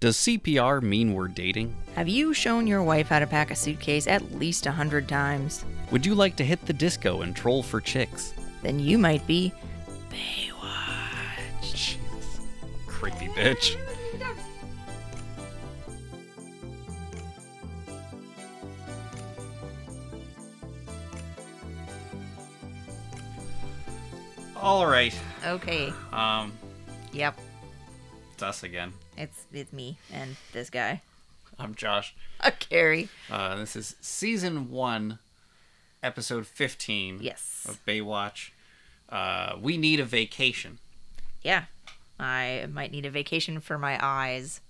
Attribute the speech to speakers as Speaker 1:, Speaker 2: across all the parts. Speaker 1: Does CPR mean we're dating?
Speaker 2: Have you shown your wife how to pack a suitcase at least a hundred times?
Speaker 1: Would you like to hit the disco and troll for chicks?
Speaker 2: Then you might be.
Speaker 1: Baywatch. Creepy bitch. All right.
Speaker 2: Okay.
Speaker 1: Um,
Speaker 2: Yep.
Speaker 1: it's us again.
Speaker 2: It's it's me and this guy.
Speaker 1: I'm Josh.
Speaker 2: Uh, Carrie.
Speaker 1: Uh, this is season one, episode 15
Speaker 2: Yes.
Speaker 1: of Baywatch. Uh, we need a vacation.
Speaker 2: Yeah. I might need a vacation for my eyes.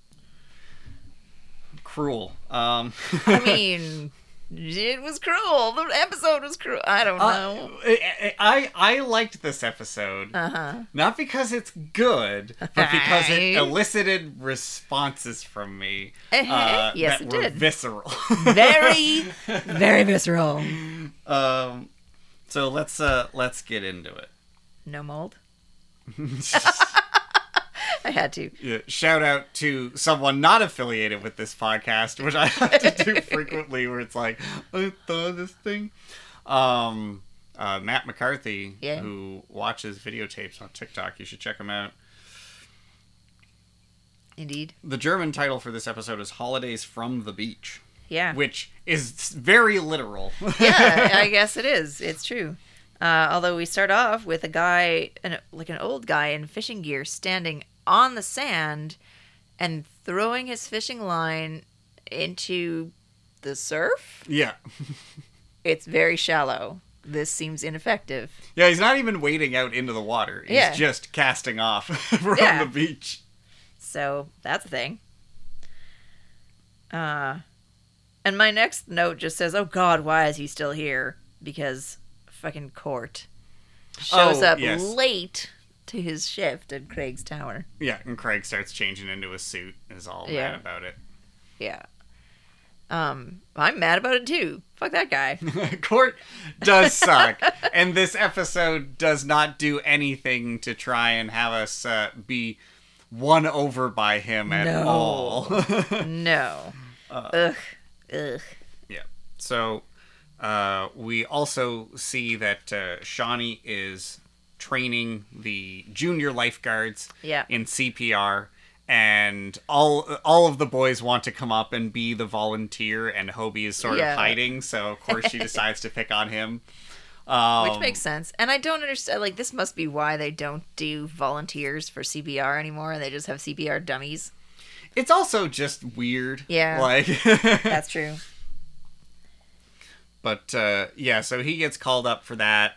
Speaker 1: Cruel. Um,
Speaker 2: I mean, it was cruel. The episode was cruel. I don't know.
Speaker 1: I, I I liked this episode
Speaker 2: Uh huh.
Speaker 1: not because it's good, but because
Speaker 2: Right.
Speaker 1: it elicited responses from me uh,
Speaker 2: Uh-huh. Yes,
Speaker 1: that
Speaker 2: it
Speaker 1: were
Speaker 2: did.
Speaker 1: visceral.
Speaker 2: Very, very visceral.
Speaker 1: um, so let's uh let's get into it.
Speaker 2: No mold. I had to.
Speaker 1: Yeah, shout out to someone not affiliated with this podcast, which I have to do frequently, where it's like, I saw this thing. Um, uh, Matt McCarthy,
Speaker 2: Yeah.
Speaker 1: who watches videotapes on TikTok, you should check him out.
Speaker 2: Indeed.
Speaker 1: The German title for this episode is Holidays from the Beach,
Speaker 2: Yeah.
Speaker 1: which is very literal.
Speaker 2: yeah, I guess it is. It's true. Uh, although we start off with a guy, an, like an old guy in fishing gear, standing on the sand and throwing his fishing line into the surf.
Speaker 1: yeah.
Speaker 2: It's very shallow. This seems ineffective.
Speaker 1: Yeah, he's not even wading out into the water. He's
Speaker 2: Yeah.
Speaker 1: just casting off from
Speaker 2: Yeah.
Speaker 1: the beach.
Speaker 2: So that's a thing. Uh, and my next note just says, "Oh God, why is he still here?" Because fucking Court shows
Speaker 1: Oh,
Speaker 2: up
Speaker 1: yes.
Speaker 2: late to his shift at Craig's Tower.
Speaker 1: Yeah, and Craig starts changing into a suit and is all
Speaker 2: Yeah.
Speaker 1: mad about it.
Speaker 2: Yeah. Um, I'm mad about it too. Fuck that guy.
Speaker 1: Court does suck, and this episode does not do anything to try and have us uh, be won over by him at
Speaker 2: No.
Speaker 1: all.
Speaker 2: no.
Speaker 1: Uh.
Speaker 2: Ugh. Ugh.
Speaker 1: yeah. So uh, we also see that uh, Shawnee is training the junior lifeguards
Speaker 2: Yeah.
Speaker 1: in CPR. And all all of the boys want to come up and be the volunteer, and Hobie is sort
Speaker 2: Yeah.
Speaker 1: of hiding, so of course she decides to pick on him. Um,
Speaker 2: Which makes sense. And I don't understand. Like, this must be why they don't do volunteers for CPR anymore, and they just have CPR dummies.
Speaker 1: Um, It's also just weird.
Speaker 2: Yeah.
Speaker 1: Like,
Speaker 2: That's true.
Speaker 1: but uh, yeah, so he gets called up for that.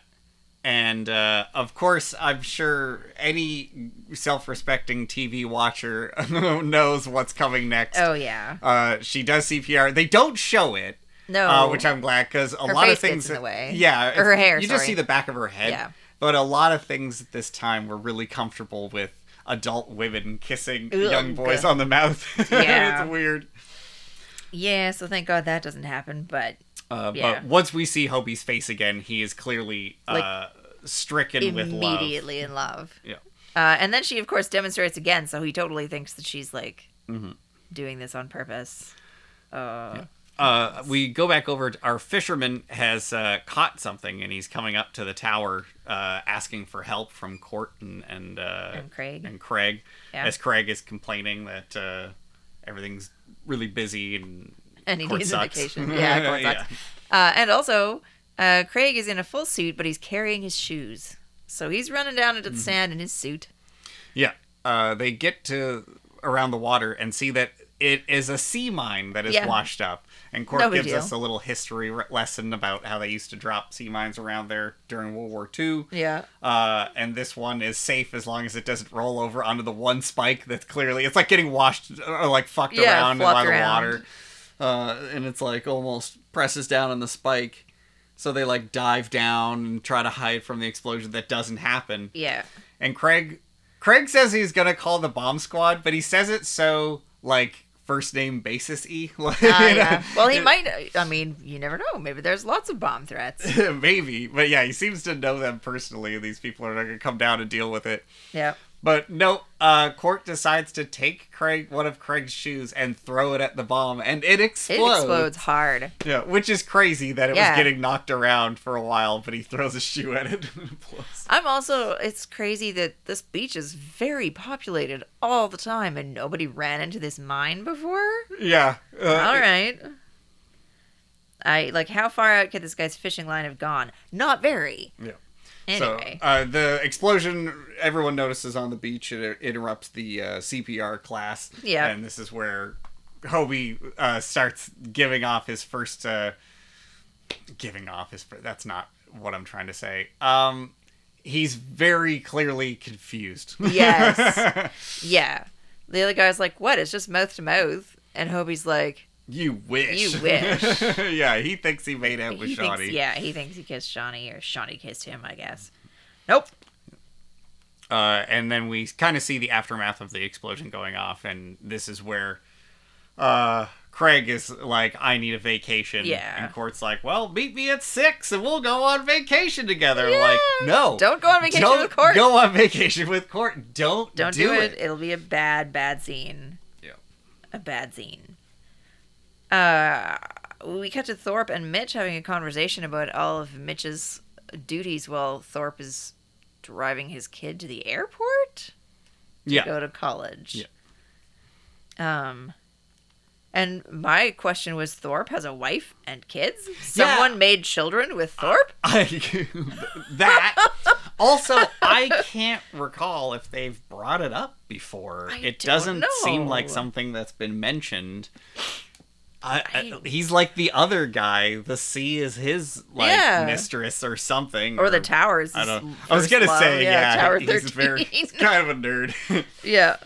Speaker 1: And uh, of course, I'm sure any self respecting TV watcher knows what's coming next.
Speaker 2: Oh yeah.
Speaker 1: Uh, she does CPR. They don't show it,
Speaker 2: No.
Speaker 1: uh, which I'm glad because a lot of
Speaker 2: Oh. face gets
Speaker 1: things.
Speaker 2: in the way.
Speaker 1: Yeah.
Speaker 2: Or her
Speaker 1: it's-
Speaker 2: hair,
Speaker 1: You just
Speaker 2: sorry.
Speaker 1: see the back of her head.
Speaker 2: Yeah.
Speaker 1: But a lot of things at this time were really comfortable with adult women kissing
Speaker 2: Ugh.
Speaker 1: young boys on the mouth.
Speaker 2: Yeah.
Speaker 1: it's weird.
Speaker 2: yeah, so thank God that doesn't happen, but
Speaker 1: Uh,
Speaker 2: Yeah.
Speaker 1: But once we see Hobie's face again, he is clearly
Speaker 2: Like,
Speaker 1: uh, stricken with love.
Speaker 2: immediately in love.
Speaker 1: Yeah.
Speaker 2: Uh, and then she of course demonstrates again, so he totally thinks that she's like
Speaker 1: Mm-hmm.
Speaker 2: doing this on purpose. Uh,
Speaker 1: Uh, we go back over. To, our fisherman has uh, caught something, and he's coming up to the tower, uh, asking for help from Court and and, uh,
Speaker 2: And Craig.
Speaker 1: and Craig.
Speaker 2: Yeah.
Speaker 1: As Craig is complaining that uh, everything's really busy and
Speaker 2: and he
Speaker 1: Court
Speaker 2: needs
Speaker 1: sucks.
Speaker 2: a vacation. Yeah, Court
Speaker 1: Yeah.
Speaker 2: sucks. Uh, and also, uh, Craig is in a full suit, but he's carrying his shoes. So he's running down into the
Speaker 1: Mm-hmm.
Speaker 2: sand in his suit.
Speaker 1: Yeah. Uh, they get to around the water and see that it is a sea mine that is
Speaker 2: Yeah.
Speaker 1: washed up. And Cork
Speaker 2: No big
Speaker 1: gives us a
Speaker 2: deal.
Speaker 1: little history re- lesson about how they used to drop sea mines around there during World War II.
Speaker 2: Yeah.
Speaker 1: Uh, and this one is safe as long as it doesn't roll over onto the one spike that's clearly it's like getting washed uh, or like fucked
Speaker 2: Yeah,
Speaker 1: around
Speaker 2: flopped
Speaker 1: by
Speaker 2: around.
Speaker 1: the water. Uh, and it's like almost presses down on the spike. So they like dive down and try to hide from the explosion that doesn't happen
Speaker 2: Yeah.
Speaker 1: and Craig Craig says he's gonna call the bomb squad, but he says it so like first name basis y. Like,
Speaker 2: Uh, yeah. Well, he
Speaker 1: it-
Speaker 2: might. I mean, you never know. Maybe there's lots of bomb threats.
Speaker 1: maybe, but yeah, he seems to know them personally. and These people are not gonna come down and deal with it.
Speaker 2: Yeah.
Speaker 1: But no, uh, Court decides to take Craig one of Craig's shoes and throw it at the bomb, and it
Speaker 2: It
Speaker 1: explodes.
Speaker 2: explodes hard.
Speaker 1: Yeah, which is crazy that it
Speaker 2: Yeah.
Speaker 1: was getting knocked around for a while, but he throws a shoe at it and explodes.
Speaker 2: I'm also, it's crazy that this beach is very populated all the time and nobody ran into this mine before.
Speaker 1: Yeah. Uh,
Speaker 2: all right. I like how far out could this guy's fishing line have gone? Not very.
Speaker 1: Yeah.
Speaker 2: Anyway.
Speaker 1: So, uh, the explosion everyone notices on the beach it interrupts the uh, CPR class.
Speaker 2: Yeah.
Speaker 1: And this is where Hobie uh, starts giving off his first. Uh, giving off his. fir- That's not what I'm trying to say. Um, he's very clearly confused.
Speaker 2: Yes. yeah. The other guy's like, "What? It's just mouth to mouth." And Hobie's like,
Speaker 1: you wish.
Speaker 2: You wish.
Speaker 1: yeah, he thinks he made out with
Speaker 2: he
Speaker 1: Shawnee.
Speaker 2: thinks, "Yeah, he thinks he kissed Shawnee, or Shawnee kissed him, I guess." Nope.
Speaker 1: uh, and then we kind of see the aftermath of the explosion going off, and this is where uh, Craig is like, "I need a vacation."
Speaker 2: Yeah.
Speaker 1: And Court's like, "Well, meet me at six, and we'll go on vacation together." Like,
Speaker 2: Yeah.
Speaker 1: no,
Speaker 2: Don't go on vacation
Speaker 1: don't
Speaker 2: with Court.
Speaker 1: Go on vacation with Court. Don't
Speaker 2: Don't do, it. It'll be a bad, bad scene.
Speaker 1: Yeah.
Speaker 2: A bad scene. Uh, we cut to Thorpe and Mitch having a conversation about all of Mitch's duties while Thorpe is driving his kid to the airport to
Speaker 1: Yeah.
Speaker 2: go to college. Yeah. Um, and my question was Thorpe has a wife and kids? Someone made children with
Speaker 1: Uh,
Speaker 2: Thorpe?
Speaker 1: I, that. Also, I can't recall if they've brought it up before.
Speaker 2: I
Speaker 1: it
Speaker 2: don't
Speaker 1: doesn't seem
Speaker 2: know.
Speaker 1: like something that's been mentioned. I, I-
Speaker 2: I-
Speaker 1: he's like the other guy. The sea is his like
Speaker 2: Yeah.
Speaker 1: mistress or something,
Speaker 2: Or the towers.
Speaker 1: uh, I
Speaker 2: is
Speaker 1: don't. I was
Speaker 2: first
Speaker 1: gonna
Speaker 2: love.
Speaker 1: say yeah.
Speaker 2: Tower
Speaker 1: he's
Speaker 2: 13.
Speaker 1: very he's kind of a nerd.
Speaker 2: Yeah.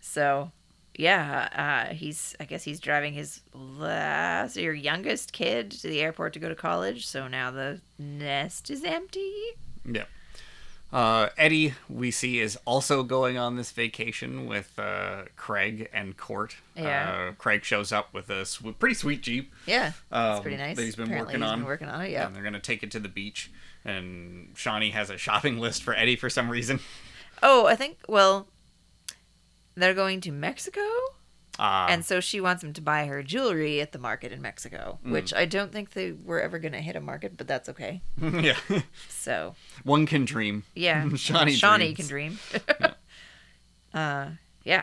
Speaker 2: So, yeah, uh, he's I guess he's driving his last your youngest kid to the airport to go to college. So now the nest is empty.
Speaker 1: yeah. Uh, Eddie, we see, is also going on this vacation with uh, Craig and Court.
Speaker 2: Yeah.
Speaker 1: Uh, Craig shows up with a sw- pretty sweet jeep.
Speaker 2: Yeah, that's
Speaker 1: um,
Speaker 2: pretty nice.
Speaker 1: that he's been
Speaker 2: Apparently
Speaker 1: working
Speaker 2: he's
Speaker 1: on.
Speaker 2: been working on it. Yeah.
Speaker 1: And they're gonna take it to the beach. And Shawnee has a shopping list for Eddie for some reason.
Speaker 2: Oh, I think well, they're going to Mexico,
Speaker 1: Uh,
Speaker 2: and so she wants him to buy her jewelry at the market in Mexico,
Speaker 1: Mm.
Speaker 2: which I don't think they were ever going to hit a market, but that's okay.
Speaker 1: yeah,
Speaker 2: So
Speaker 1: one can dream.
Speaker 2: yeah,
Speaker 1: Shawnee
Speaker 2: Shawnee
Speaker 1: dreams.
Speaker 2: can dream. Uh, yeah.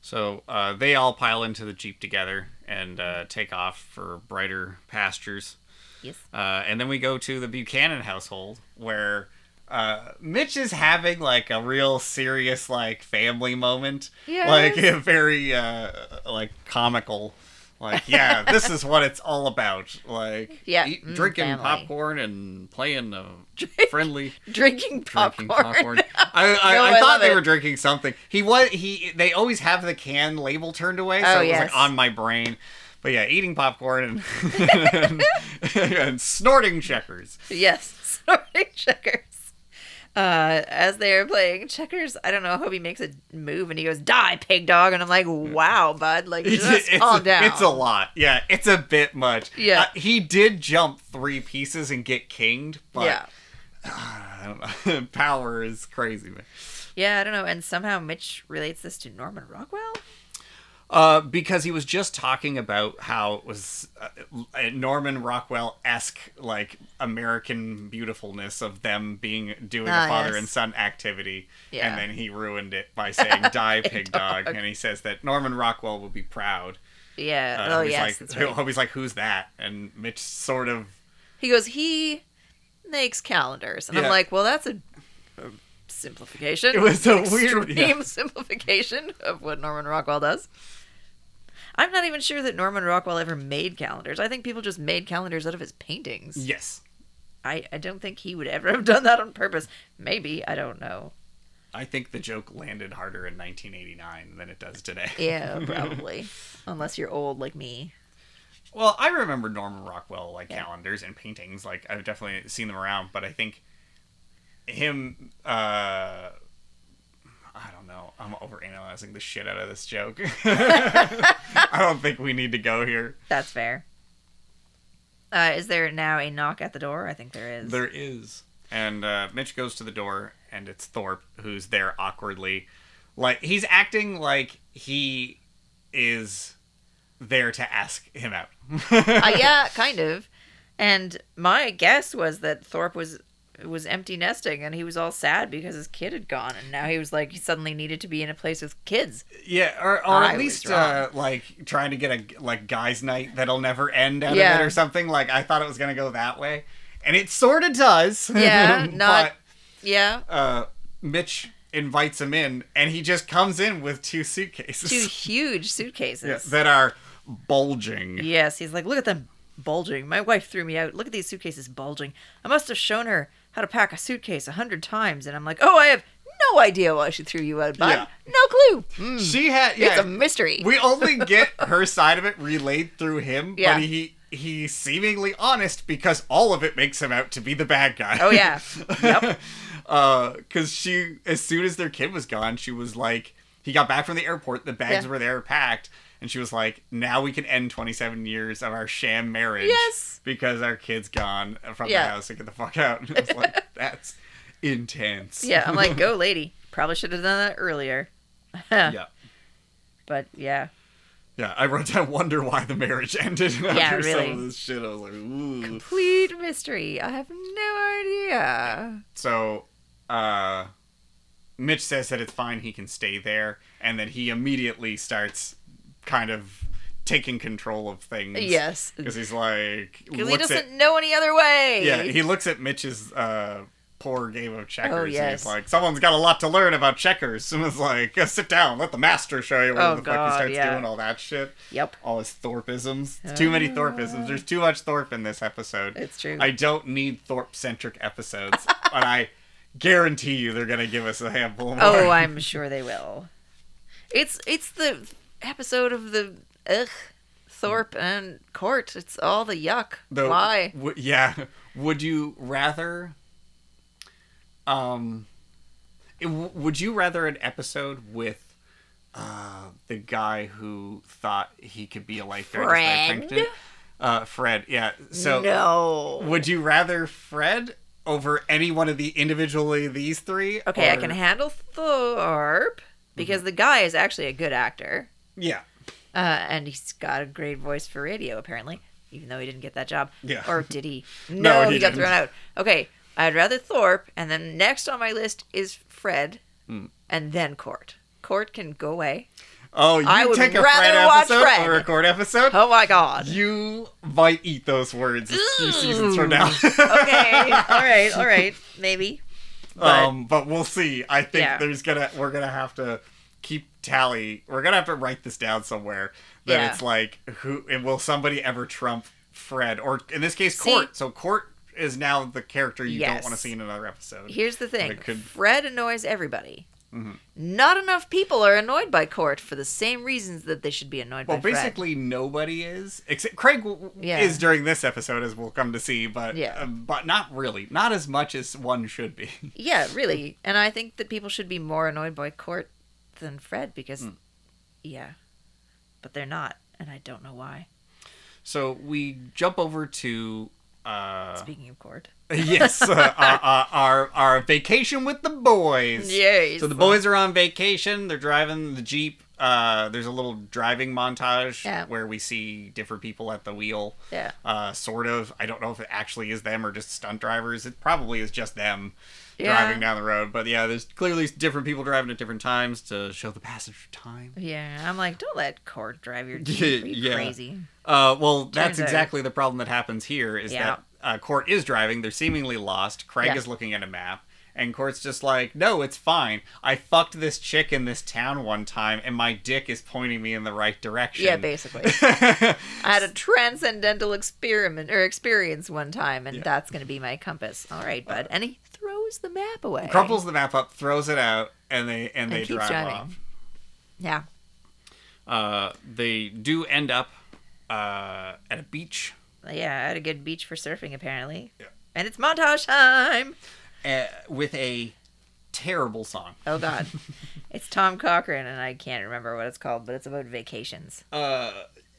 Speaker 1: So uh, they all pile into the jeep together and uh, take off for brighter pastures.
Speaker 2: Yes.
Speaker 1: Uh, and then we go to the Buchanan household where uh, Mitch is having like a real serious like family moment.
Speaker 2: Yes.
Speaker 1: Like very uh, like comical. Like yeah, this is what it's all about. Like
Speaker 2: Yeah,
Speaker 1: eat-
Speaker 2: mm,
Speaker 1: drinking
Speaker 2: family.
Speaker 1: popcorn and playing a friendly
Speaker 2: drinking popcorn.
Speaker 1: drinking popcorn. I, I,
Speaker 2: No,
Speaker 1: I
Speaker 2: I
Speaker 1: thought
Speaker 2: love
Speaker 1: they
Speaker 2: it.
Speaker 1: were drinking something. He was he. They always have the can label turned away, so
Speaker 2: Oh,
Speaker 1: it was
Speaker 2: yes.
Speaker 1: like on my brain. But yeah, eating popcorn and and, snorting checkers.
Speaker 2: Yes, sorry, checkers. Uh, as they are playing checkers, I don't know. Hobie makes a move and he goes, "Die, pig dog!" And I'm like, "Wow, bud! Like,
Speaker 1: It's,
Speaker 2: just
Speaker 1: it's,
Speaker 2: calm down."
Speaker 1: it's a lot. Yeah, it's a bit much.
Speaker 2: Yeah.
Speaker 1: Uh, he did jump three pieces and get kinged, but
Speaker 2: yeah,
Speaker 1: I don't know. power is crazy. Man.
Speaker 2: yeah. I don't know. And somehow Mitch relates this to Norman Rockwell.
Speaker 1: Uh, because he was just talking about how it was uh, a Norman Rockwell esque, like American beautifulness of them being doing
Speaker 2: Ah,
Speaker 1: a father
Speaker 2: yes.
Speaker 1: and son activity,
Speaker 2: Yeah.
Speaker 1: and then he ruined it by saying "die pig dog," and he says that Norman Rockwell will be proud.
Speaker 2: Yeah.
Speaker 1: Uh,
Speaker 2: oh
Speaker 1: he's
Speaker 2: yes.
Speaker 1: like,
Speaker 2: that's right.
Speaker 1: he's like, "Who's that?" And Mitch sort of
Speaker 2: He goes, "He makes calendars," and I'm
Speaker 1: Yeah.
Speaker 2: like, "Well, that's a, a simplification."
Speaker 1: it was a weird.
Speaker 2: extreme simplification of what Norman Rockwell does. I'm not even sure that Norman Rockwell ever made calendars. I think people just made calendars out of his paintings.
Speaker 1: Yes,
Speaker 2: I, I don't think he would ever have done that on purpose. Maybe, I don't know.
Speaker 1: I think the joke landed harder in 1989 than it does today.
Speaker 2: Yeah, probably. Unless you're old like me.
Speaker 1: Well, I remember Norman Rockwell like calendars and paintings. Like I've definitely seen them around, but I think him. uh I don't know. I'm overanalyzing the shit out of this joke. I don't think we need to go here.
Speaker 2: That's fair. Uh, is there now a knock at the door? I think there is.
Speaker 1: There is, and uh, Mitch goes to the door, and it's Thorpe who's there awkwardly. Like he's acting like he is there to ask him out.
Speaker 2: uh, yeah, kind of. And my guess was that Thorpe was was empty nesting and he was all sad because his kid had gone and now he was like he suddenly needed to be in a place with kids.
Speaker 1: Yeah, or, or
Speaker 2: I
Speaker 1: at
Speaker 2: was
Speaker 1: least
Speaker 2: wrong.
Speaker 1: uh, like trying to get a like guys' night that'll never end out
Speaker 2: Yeah.
Speaker 1: of it or something. Like I thought it was gonna go that way, and it sort of does.
Speaker 2: Yeah, not- Yeah.
Speaker 1: But, uh, Mitch invites him in, and he just comes in with two suitcases
Speaker 2: Two huge
Speaker 1: Yeah,
Speaker 2: suitcases.
Speaker 1: that are bulging.
Speaker 2: Yes, he's like, look at them bulging. My wife threw me out. Look at these suitcases bulging. I must have shown her how to pack a suitcase a hundred times, and I'm like, oh, I have no idea why she threw you out, bud.
Speaker 1: Yeah.
Speaker 2: No clue.
Speaker 1: She had
Speaker 2: Mm. It's
Speaker 1: yeah.
Speaker 2: a mystery.
Speaker 1: we only get her side of it relayed through him,
Speaker 2: Yeah.
Speaker 1: but he he's seemingly honest because all of it makes him out to be the bad guy.
Speaker 2: oh yeah. Yep.
Speaker 1: because Uh, she, as soon as their kid was gone, she was like, he got back from the airport, the bags
Speaker 2: Yeah.
Speaker 1: were there packed, and she was like, now we can end 27 years of our sham marriage.
Speaker 2: Yes.
Speaker 1: Because our kid's gone from
Speaker 2: Yeah.
Speaker 1: the house and get the fuck out. And I was like, that's intense.
Speaker 2: Yeah. I'm like, go, lady. Probably should have done that earlier.
Speaker 1: yeah.
Speaker 2: But yeah.
Speaker 1: Yeah, I wrote down wonder why the marriage ended after
Speaker 2: really.
Speaker 1: some of this shit. I was like, ooh.
Speaker 2: Complete mystery. I have no idea.
Speaker 1: So, uh, Mitch says that it's fine, he can stay there, and then he immediately starts kind of taking control of things.
Speaker 2: Yes.
Speaker 1: Because he's like,
Speaker 2: Because he
Speaker 1: looks
Speaker 2: doesn't
Speaker 1: at,
Speaker 2: know any other way.
Speaker 1: yeah, he looks at Mitch's, uh, poor game of checkers. And
Speaker 2: yes.
Speaker 1: he's like, someone's got a lot to learn about checkers. And it's like, "Uh, sit down, let the master show you. Whatever
Speaker 2: Oh,
Speaker 1: the fuck
Speaker 2: God,
Speaker 1: he starts
Speaker 2: yeah.
Speaker 1: doing all that shit.
Speaker 2: Yep.
Speaker 1: All his Thorpisms. It's too many Thorpisms. There's too much Thorpe in this episode.
Speaker 2: Ah. It's true.
Speaker 1: I don't need Thorpe centric episodes, and I guarantee you they're gonna give us a handful more.
Speaker 2: Oh, I'm sure they will. It's it's the episode of the ugh, Thorpe and Court. It's all the yuck.
Speaker 1: Though,
Speaker 2: Why?
Speaker 1: W- yeah. Would you rather? Um, it- w- would you rather an episode with uh, the guy who thought he could be a lifeguard? as they
Speaker 2: Fred?
Speaker 1: pranked it? Uh, Fred. Yeah. So
Speaker 2: no.
Speaker 1: Would you rather Fred over any one of the individually these three?
Speaker 2: Okay, I
Speaker 1: or-
Speaker 2: can handle Thorpe because
Speaker 1: Mm-hmm.
Speaker 2: the guy is actually a good actor,
Speaker 1: Yeah.
Speaker 2: uh, and he's got a great voice for radio apparently, even though he didn't get that job.
Speaker 1: Yeah.
Speaker 2: Or did he? No,
Speaker 1: No,
Speaker 2: he,
Speaker 1: he
Speaker 2: got
Speaker 1: didn't.
Speaker 2: thrown out. Okay, I'd rather Thorpe, and then next on my list is Fred,
Speaker 1: Mm.
Speaker 2: and then Court. Court can go away.
Speaker 1: Oh, you
Speaker 2: I would
Speaker 1: take a
Speaker 2: rather
Speaker 1: Fred
Speaker 2: watch
Speaker 1: episode
Speaker 2: Fred.
Speaker 1: over a Court episode.
Speaker 2: Oh my God.
Speaker 1: You might eat those words a few seasons from now.
Speaker 2: okay. All right. All right. Maybe. But
Speaker 1: um, but we'll see. I think
Speaker 2: Yeah.
Speaker 1: there's gonna we're gonna have to keep tally. We're gonna have to write this down somewhere. That
Speaker 2: Yeah.
Speaker 1: it's like who and will somebody ever trump Fred or in this case
Speaker 2: See-
Speaker 1: Court. So Court is now the character you don't
Speaker 2: Yes.
Speaker 1: want to see in another episode.
Speaker 2: here's the thing
Speaker 1: It could- Mm-hmm.
Speaker 2: Fred annoys everybody. Not enough people are annoyed by Court for the same reasons that they should be annoyed
Speaker 1: Well,
Speaker 2: by Fred.
Speaker 1: basically nobody is except Craig w- w-
Speaker 2: Yeah.
Speaker 1: is during this episode, as we'll come to see, but
Speaker 2: Yeah.
Speaker 1: um, but not really, not as much as one should be.
Speaker 2: Yeah, really. And I think that people should be more annoyed by Court than Fred because, yeah. But they're not. And I don't know why.
Speaker 1: So we jump over to uh,
Speaker 2: Speaking of Court.
Speaker 1: yes, uh, our- our, our our vacation with the boys.
Speaker 2: Yes.
Speaker 1: So the boys are on vacation. They're driving the jeep. Uh, there's a little driving montage
Speaker 2: Yeah.
Speaker 1: where we see different people at the wheel.
Speaker 2: Yeah.
Speaker 1: Uh, sort of. I don't know if it actually is them or just stunt drivers. It probably is just them
Speaker 2: Yeah.
Speaker 1: driving down the road. But yeah, there's clearly different people driving at different times to show the passage of time.
Speaker 2: Yeah. I'm like, don't let Court drive your Jeep. Are you
Speaker 1: Yeah.
Speaker 2: crazy?
Speaker 1: Uh, well, that's
Speaker 2: Turns out-
Speaker 1: exactly the problem that happens here is
Speaker 2: Yeah.
Speaker 1: that uh, Court is driving. They're seemingly lost. Craig
Speaker 2: Yeah.
Speaker 1: is looking at a map. And Court's just like, no, it's fine. I fucked this chick in this town one time, and my dick is pointing me in the right direction.
Speaker 2: Yeah, basically. I had a transcendental experiment or experience one time, and that's going to be my compass. All right, bud. And he throws the map
Speaker 1: Uh,
Speaker 2: away.
Speaker 1: Crumples the map up, throws it out, and they and, they
Speaker 2: keeps
Speaker 1: drive
Speaker 2: driving.
Speaker 1: off.
Speaker 2: Yeah.
Speaker 1: Uh, they do end up uh, at a beach.
Speaker 2: Yeah, I had a good beach for surfing, apparently.
Speaker 1: Yeah.
Speaker 2: And it's montage time.
Speaker 1: uh, with a terrible song.
Speaker 2: Oh, God. it's Tom Cochran, and I can't remember what it's called, but it's about vacations.
Speaker 1: Uh,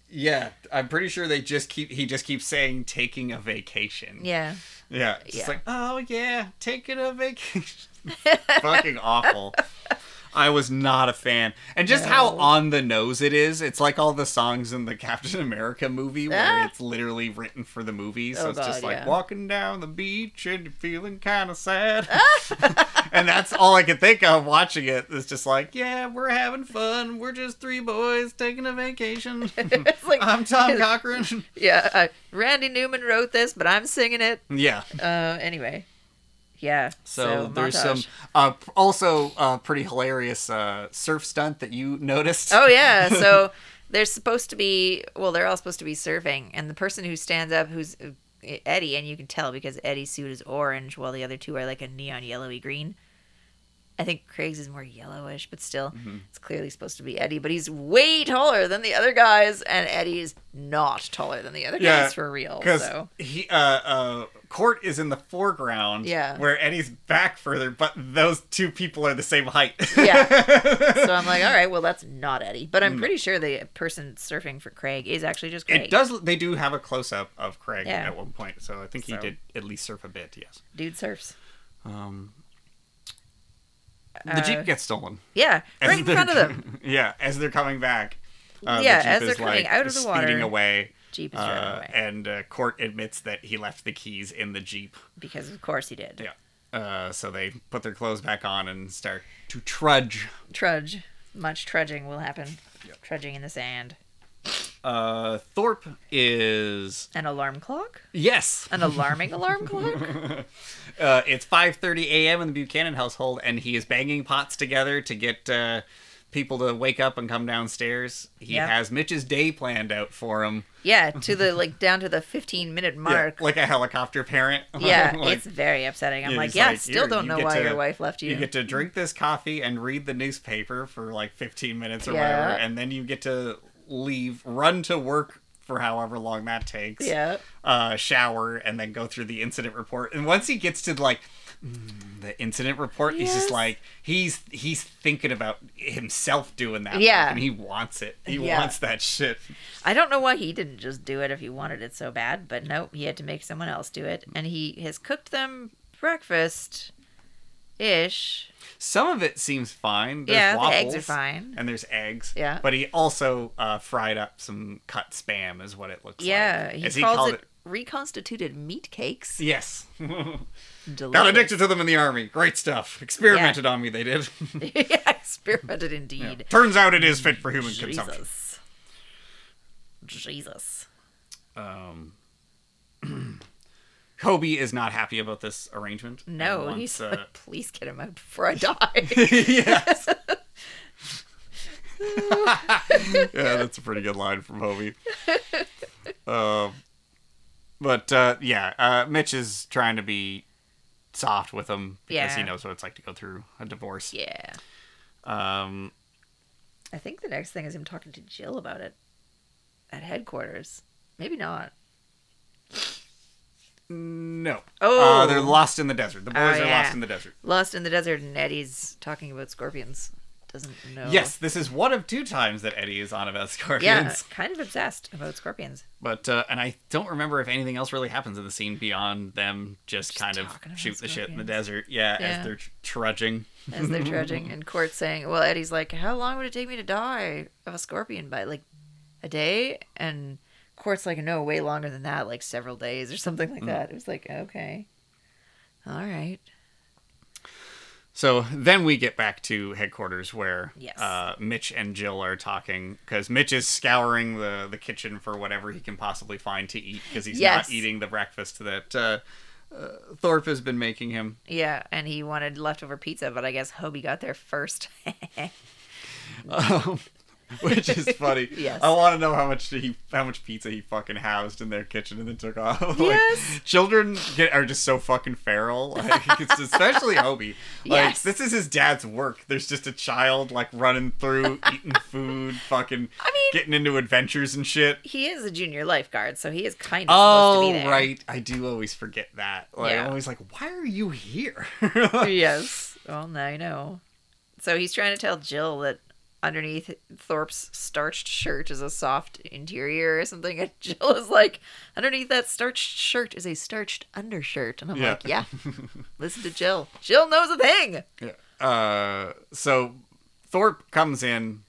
Speaker 1: yeah, I'm pretty sure they just keep he just keeps saying taking a vacation.
Speaker 2: Yeah.
Speaker 1: yeah, it's just
Speaker 2: Uh, Yeah.
Speaker 1: like oh yeah, taking a vacation. fucking awful. I was not a fan. And just how
Speaker 2: No.
Speaker 1: on the nose it is. It's like all the songs in the Captain America movie where
Speaker 2: Ah.
Speaker 1: it's literally written for the movie. So
Speaker 2: Oh,
Speaker 1: it's just
Speaker 2: God,
Speaker 1: like
Speaker 2: yeah.
Speaker 1: walking down the beach and you're feeling kind of sad.
Speaker 2: Ah.
Speaker 1: and that's all I could think of watching it. It's just like, yeah, we're having fun. We're just three boys taking a vacation.
Speaker 2: it's like
Speaker 1: I'm Tom Cochran.
Speaker 2: yeah, uh, Randy Newman wrote this, but I'm singing it.
Speaker 1: yeah.
Speaker 2: Uh, anyway, yeah.
Speaker 1: So, there's
Speaker 2: montage.
Speaker 1: some uh, p- also uh, pretty hilarious uh, surf stunt that you noticed.
Speaker 2: Oh yeah, so they're supposed to be well, they're all supposed to be surfing, and the person who stands up, who's uh, Eddie, and you can tell because Eddie's suit is orange, while the other two are like a neon yellowy green. I think Craig's is more yellowish, but still,
Speaker 1: Mm-hmm.
Speaker 2: it's clearly supposed to be Eddie. But he's way taller than the other guys, and Eddie is not taller than the other
Speaker 1: Yeah,
Speaker 2: guys for real.
Speaker 1: because
Speaker 2: So
Speaker 1: he uh, uh, court is in the foreground.
Speaker 2: Yeah.
Speaker 1: where Eddie's back further, but those two people are the same height.
Speaker 2: Yeah. so I'm like, all right, well, that's not Eddie. But I'm pretty sure the person surfing for Craig is actually just Craig.
Speaker 1: Mm. It does. They do have a close up of Craig
Speaker 2: Yeah.
Speaker 1: at one point, so I think he
Speaker 2: So.
Speaker 1: did at least surf a bit. Yes.
Speaker 2: Dude surfs.
Speaker 1: Um, the
Speaker 2: Uh,
Speaker 1: jeep gets stolen
Speaker 2: Yeah,
Speaker 1: As
Speaker 2: right in
Speaker 1: they're
Speaker 2: front of
Speaker 1: co-
Speaker 2: them.
Speaker 1: yeah, as they're coming back. Uh, the
Speaker 2: Yeah,
Speaker 1: Jeep
Speaker 2: as they're
Speaker 1: is,
Speaker 2: coming
Speaker 1: like,
Speaker 2: out of the
Speaker 1: speeding
Speaker 2: water,
Speaker 1: away.
Speaker 2: Jeep is driving
Speaker 1: Uh,
Speaker 2: away.
Speaker 1: and uh, Court admits that he left the keys in the Jeep.
Speaker 2: because of course he did.
Speaker 1: Yeah. Uh, so they put their clothes back on and start to trudge.
Speaker 2: Trudge, much trudging will happen. Trudging in the sand.
Speaker 1: Uh, Thorpe is
Speaker 2: An alarm clock?
Speaker 1: yes.
Speaker 2: An alarming alarm clock?
Speaker 1: Uh, it's 5:30 a.m. in the Buchanan household, and he is banging pots together to get uh, people to wake up and come downstairs. He
Speaker 2: Yeah.
Speaker 1: has Mitch's day planned out for him,
Speaker 2: Yeah, to the like down to the 15 minute mark.
Speaker 1: Yeah, like a helicopter parent.
Speaker 2: Yeah,
Speaker 1: Like,
Speaker 2: it's very upsetting. I'm
Speaker 1: yeah,
Speaker 2: like,
Speaker 1: he's
Speaker 2: yeah, I
Speaker 1: like,
Speaker 2: still
Speaker 1: "Here,
Speaker 2: don't
Speaker 1: you
Speaker 2: know
Speaker 1: get
Speaker 2: why
Speaker 1: to-
Speaker 2: your wife left you.
Speaker 1: You get to drink this coffee and read the newspaper for like 15 minutes or
Speaker 2: Yeah.
Speaker 1: whatever, and then you get to leave, run to work for however long that takes.
Speaker 2: yeah.
Speaker 1: uh, shower and then go through the incident report. And once he gets to like mm, the incident report, he's
Speaker 2: Yes.
Speaker 1: just like he's he's thinking about himself doing that. work,
Speaker 2: Yeah.
Speaker 1: and he wants it. He
Speaker 2: Yeah.
Speaker 1: wants that shit.
Speaker 2: I don't know why he didn't just do it if he wanted it so bad, but nope, he had to make someone else do it. And he has cooked them breakfast ish.
Speaker 1: Some of it seems fine. There's
Speaker 2: Yeah, the
Speaker 1: waffles,
Speaker 2: eggs are fine.
Speaker 1: and there's eggs.
Speaker 2: Yeah.
Speaker 1: but he also uh, fried up some cut spam, is what it looks
Speaker 2: Yeah,
Speaker 1: like.
Speaker 2: he
Speaker 1: As
Speaker 2: calls
Speaker 1: called
Speaker 2: it, reconstituted meat cakes.
Speaker 1: Yes. Got
Speaker 2: Delicious.
Speaker 1: addicted to them in the army. Great stuff. Experimented on me, they did.
Speaker 2: yeah, experimented indeed.
Speaker 1: Turns out it is fit for human consumption.
Speaker 2: Jesus. Jesus.
Speaker 1: um Kobe is not happy about this arrangement. and
Speaker 2: No,
Speaker 1: wants,
Speaker 2: he's
Speaker 1: uh,
Speaker 2: like, please get him out before I die.
Speaker 1: yes. yeah, that's a pretty good line from Kobe. Um, but uh, yeah, uh, Mitch is trying to be soft with him because he
Speaker 2: Yeah.
Speaker 1: knows what it's like to go through a divorce.
Speaker 2: yeah.
Speaker 1: Um,
Speaker 2: I think the next thing is him talking to Jill about it at headquarters. Maybe not.
Speaker 1: no.
Speaker 2: Oh.
Speaker 1: Uh, they're lost in the desert. The boys
Speaker 2: Oh,
Speaker 1: are
Speaker 2: yeah.
Speaker 1: lost in the desert.
Speaker 2: Lost in the desert and Eddie's talking about scorpions. Doesn't know.
Speaker 1: Yes, this is one of two times that Eddie is on about scorpions.
Speaker 2: Yeah, kind of obsessed about scorpions.
Speaker 1: But uh, and I don't remember if anything else really happens in the scene beyond them just,
Speaker 2: Just
Speaker 1: kind of
Speaker 2: talking about
Speaker 1: shoot the shit in the
Speaker 2: scorpions.
Speaker 1: desert. Yeah,
Speaker 2: Yeah.
Speaker 1: as they're tr- trudging.
Speaker 2: as they're trudging and court saying well eddie's like how long would it take me to die of a scorpion bite like a day and court's like no way longer than that like several days or something
Speaker 1: Mm.
Speaker 2: like that it was like okay all right
Speaker 1: So then we get back to headquarters where
Speaker 2: Yes.
Speaker 1: uh, Mitch and Jill are talking because Mitch is scouring the, the kitchen for whatever he can possibly find to eat because he's
Speaker 2: Yes.
Speaker 1: not eating the breakfast that uh, uh, Thorpe has been making him.
Speaker 2: yeah and he wanted leftover pizza but i guess hobie got there first
Speaker 1: Um, which is funny.
Speaker 2: Yes.
Speaker 1: I want to know how much he, how much pizza he fucking housed in their kitchen and then took off. Like,
Speaker 2: Yes.
Speaker 1: Children get are just so fucking feral. Like, it's especially Hobie. Like
Speaker 2: Yes.
Speaker 1: this is his dad's work. There's just a child like running through, eating food, fucking
Speaker 2: I mean-
Speaker 1: getting into adventures and shit.
Speaker 2: he is a junior lifeguard so he is kind of supposed
Speaker 1: Oh
Speaker 2: to be there
Speaker 1: right, I do always forget that. Like,
Speaker 2: Yeah.
Speaker 1: I'm always like, why are you here?
Speaker 2: yes well now you know so he's trying to tell jill that underneath Thorpe's starched shirt is a soft interior or something. And Jill is like, underneath that starched shirt is a starched undershirt. And I'm
Speaker 1: Yeah.
Speaker 2: like, yeah, listen to Jill. Jill knows a thing.
Speaker 1: Uh, so Thorpe comes in,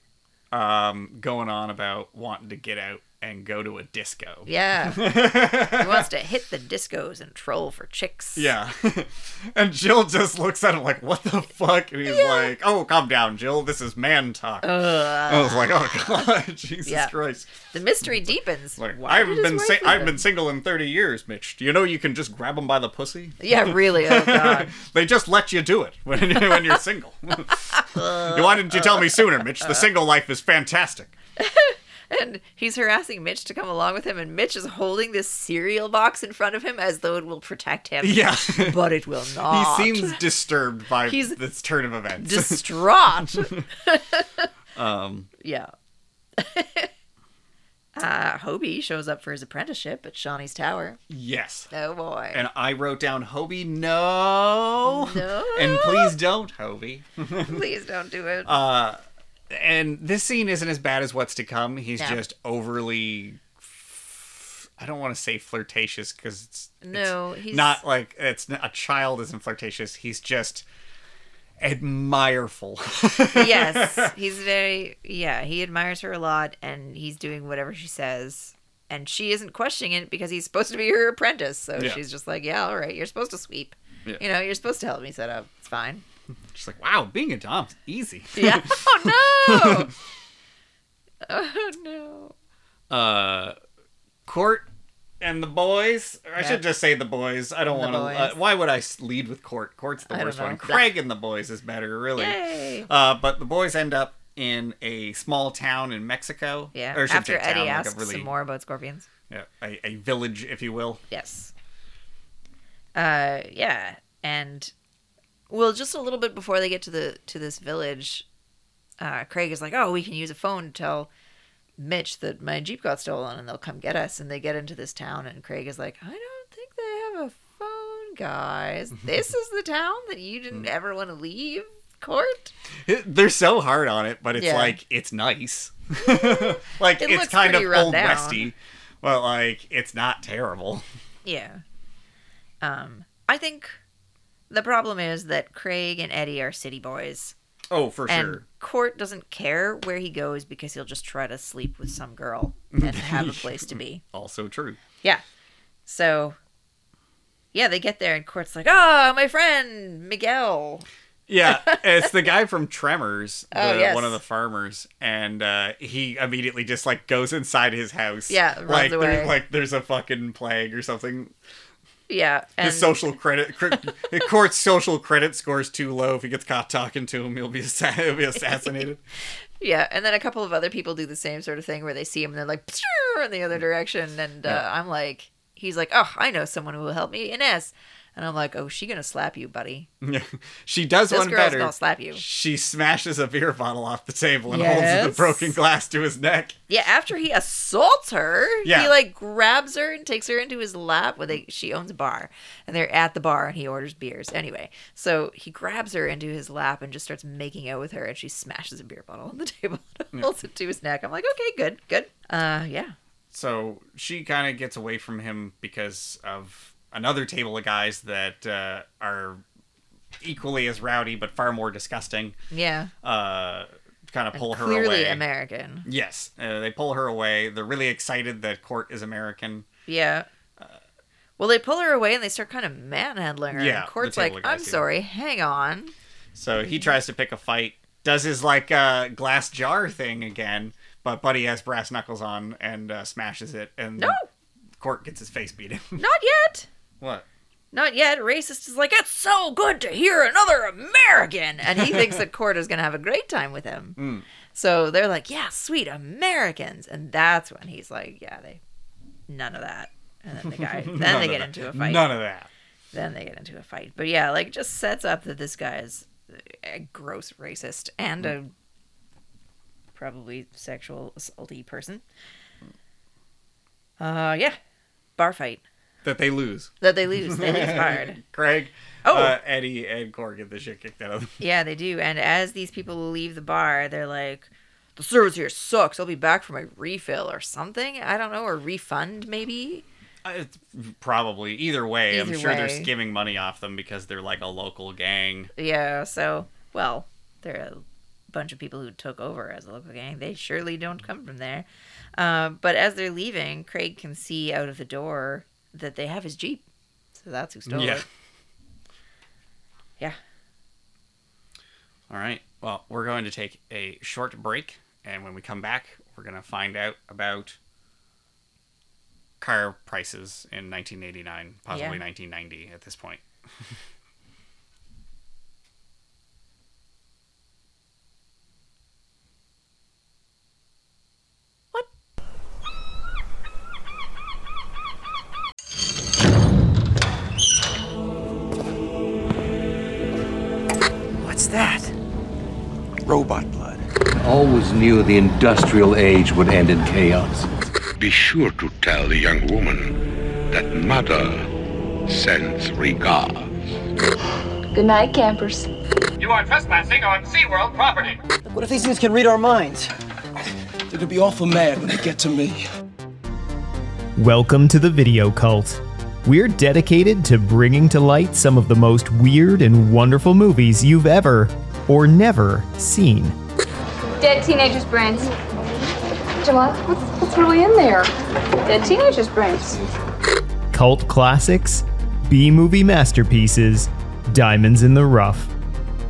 Speaker 1: um, going on about wanting to get out and go to a disco.
Speaker 2: Yeah. he wants to hit the discos and troll for chicks.
Speaker 1: Yeah. and Jill just looks at him like, what the fuck? And he's like, oh, calm down, Jill. This is man talk.
Speaker 2: Ugh.
Speaker 1: I was like, oh, God, Jesus
Speaker 2: Yeah.
Speaker 1: Christ.
Speaker 2: The mystery deepens.
Speaker 1: Like,
Speaker 2: Why
Speaker 1: I
Speaker 2: did
Speaker 1: haven't
Speaker 2: his
Speaker 1: been
Speaker 2: wife
Speaker 1: si-
Speaker 2: leave
Speaker 1: I've
Speaker 2: him?
Speaker 1: been single in 30 years, Mitch. Do you know you can just grab them by the pussy?
Speaker 2: Yeah, really. Oh god.
Speaker 1: they just let you do it when, when you're single. Why didn't you tell me sooner, Mitch?
Speaker 2: Uh.
Speaker 1: The single life is fantastic.
Speaker 2: and he's harassing Mitch to come along with him, and Mitch is holding this cereal box in front of him as though it will protect him.
Speaker 1: Yeah.
Speaker 2: But it will
Speaker 1: He
Speaker 2: not.
Speaker 1: seems disturbed by
Speaker 2: He's
Speaker 1: this turn of events.
Speaker 2: distraught.
Speaker 1: um,
Speaker 2: yeah. uh, Hobie shows up for his apprenticeship at Shawnee's Tower.
Speaker 1: yes.
Speaker 2: Oh boy.
Speaker 1: And I wrote down Hobie, no.
Speaker 2: No.
Speaker 1: And please don't, Hobie.
Speaker 2: Please don't do it.
Speaker 1: Uh, and this scene isn't as bad as what's to come. He's
Speaker 2: No.
Speaker 1: just overly. f- I don't want to say flirtatious because it's it's
Speaker 2: No, he's-
Speaker 1: not like it's not, a child isn't flirtatious. He's just admireful.
Speaker 2: yes, he's very yeah. He admires her a lot, and he's doing whatever she says, and she isn't questioning it because he's supposed to be her apprentice. So
Speaker 1: Yeah.
Speaker 2: she's just like, yeah, all right, you're supposed to sweep.
Speaker 1: Yeah.
Speaker 2: You know, you're supposed to help me set up. It's fine.
Speaker 1: She's like, wow, being a dom's easy.
Speaker 2: Yeah. oh no. oh no.
Speaker 1: Uh, Court and the boys. I
Speaker 2: Yeah.
Speaker 1: should just say the boys. I don't
Speaker 2: The
Speaker 1: want to. Uh,
Speaker 2: boys.
Speaker 1: why would I s- lead with Court? Court's the
Speaker 2: I don't
Speaker 1: worst
Speaker 2: know.
Speaker 1: one. Craig and the boys is better, really.
Speaker 2: Yay.
Speaker 1: Uh, but the boys end up in a small town in Mexico.
Speaker 2: Yeah.
Speaker 1: Or I shouldn't
Speaker 2: After
Speaker 1: say town,
Speaker 2: Eddie
Speaker 1: like a
Speaker 2: asks
Speaker 1: really-
Speaker 2: some more about scorpions.
Speaker 1: yeah, a, a village, if you will.
Speaker 2: Yes. Uh yeah, and well, just a little bit before they get to the to this village, uh, Craig is like, "Oh, we can use a phone to tell Mitch that my jeep got stolen, and they'll come get us." And they get into this town, and Craig is like, "I don't think they have a phone, guys. This is the town that you didn't ever want to leave." Court.
Speaker 1: They're so hard on it, but it's
Speaker 2: Yeah.
Speaker 1: like it's nice. like
Speaker 2: It
Speaker 1: it's
Speaker 2: looks
Speaker 1: kind of
Speaker 2: pretty run
Speaker 1: old
Speaker 2: down.
Speaker 1: westy, but like it's not terrible.
Speaker 2: Yeah. Um, I think the problem is that Craig and Eddie are city boys.
Speaker 1: Oh, for
Speaker 2: and
Speaker 1: sure.
Speaker 2: Court doesn't care where he goes because he'll just try to sleep with some girl and have a place to be.
Speaker 1: Also true.
Speaker 2: Yeah. So, yeah, they get there and Court's like, "Ah, my friend Miguel."
Speaker 1: Yeah, it's the guy from Tremors,
Speaker 2: Oh,
Speaker 1: the-
Speaker 2: yes.
Speaker 1: one of the farmers, and uh, he immediately just like goes inside his house.
Speaker 2: Yeah, runs
Speaker 1: like there-
Speaker 2: away.
Speaker 1: like there's a fucking plague or something.
Speaker 2: Yeah, and
Speaker 1: His social credit, cri- the court's social credit score is too low. If he gets caught talking to him, he'll be, assa- he'll be assassinated.
Speaker 2: yeah, and then a couple of other people do the same sort of thing where they see him and they're like, "Psher," in the other direction, and uh,
Speaker 1: Yeah.
Speaker 2: I'm like, he's like, "Oh, I know someone who will help me, Ines," and I'm like, "Oh, she gonna slap you, buddy?
Speaker 1: Yeah. she does
Speaker 2: This
Speaker 1: one
Speaker 2: girl's
Speaker 1: better.
Speaker 2: gonna slap you."
Speaker 1: She smashes a beer bottle off the table and holds
Speaker 2: Yes.
Speaker 1: the broken glass to his neck.
Speaker 2: Yeah, after he assaults her,
Speaker 1: Yeah.
Speaker 2: he like grabs her and takes her into his lap. Well, they she owns a bar, and they're at the bar, and he orders beers anyway. So he grabs her into his lap and just starts making out with her, and she smashes a beer bottle on the table, and holds it to his neck. I'm like, okay, good, good. Uh, yeah,
Speaker 1: so she kind of gets away from him because of another table of guys that uh, are equally as rowdy but far more disgusting
Speaker 2: yeah.
Speaker 1: uh, kind of pull her
Speaker 2: Clearly
Speaker 1: away
Speaker 2: American.
Speaker 1: yes uh, they pull her away they're really excited that court is american
Speaker 2: Yeah. Well, they pull her away and they start kind of manhandling her.
Speaker 1: Yeah,
Speaker 2: and
Speaker 1: the
Speaker 2: Court's
Speaker 1: table
Speaker 2: like,
Speaker 1: guys
Speaker 2: "I'm
Speaker 1: do that.
Speaker 2: sorry, hang on."
Speaker 1: so
Speaker 2: Mm-hmm.
Speaker 1: he tries to pick a fight does his like uh, glass jar thing again but buddy has brass knuckles on and uh, smashes it and
Speaker 2: No,
Speaker 1: court gets his face beaten
Speaker 2: not yet.
Speaker 1: what
Speaker 2: Not yet. Racist is like, it's so good to hear another American. And he thinks that Court is going to have a great time with him.
Speaker 1: Mm.
Speaker 2: So they're like, yeah, sweet Americans. And that's when he's like, yeah, they, none of that. And then the guy, then
Speaker 1: None
Speaker 2: they
Speaker 1: of
Speaker 2: get
Speaker 1: that.
Speaker 2: into a fight.
Speaker 1: none of that
Speaker 2: Then they get into a fight. But yeah, like just sets up that this guy is a gross racist and a
Speaker 1: Hmm.
Speaker 2: probably sexual assaulty person. Uh, yeah. Bar fight.
Speaker 1: that they lose.
Speaker 2: that they lose. They lose hard.
Speaker 1: Craig,
Speaker 2: Oh.
Speaker 1: uh, Eddie, and Corey get the shit kicked out of them.
Speaker 2: Yeah, they do. And as these people leave the bar, they're like, "The service here sucks. I'll be back for my refill or something. I don't know, or refund maybe."
Speaker 1: Uh, It's probably either way. I'm
Speaker 2: Either
Speaker 1: sure they're
Speaker 2: way.
Speaker 1: skimming money off them because they're like a local gang.
Speaker 2: Yeah. So, well, they're a bunch of people who took over as a local gang. They surely don't come from there. Uh, but as they're leaving, Craig can see out of the door that they have his jeep. So that's who stole
Speaker 1: Yeah.
Speaker 2: it. Yeah.
Speaker 1: All right. Well, we're going to take a short break, and when we come back, we're going to find out about car prices in 1989, possibly
Speaker 2: Yeah.
Speaker 1: 1990 at this point.
Speaker 3: What's that?
Speaker 4: Robot blood.
Speaker 5: always knew the industrial age would end in chaos.
Speaker 6: Be sure to tell the young woman that mother sends regards.
Speaker 7: Good night, campers.
Speaker 8: You are trespassing on SeaWorld property.
Speaker 3: What if these things can read our minds?
Speaker 4: They're gonna be awful mad when they get to me.
Speaker 9: Welcome to the Video Cult. We're dedicated to bringing to light some of the most weird and wonderful movies you've ever or never seen.
Speaker 7: Dead teenagers' brains. Jamala, what's, what's really in there? Dead teenagers' brains.
Speaker 9: Cult classics, B movie masterpieces, diamonds in the rough.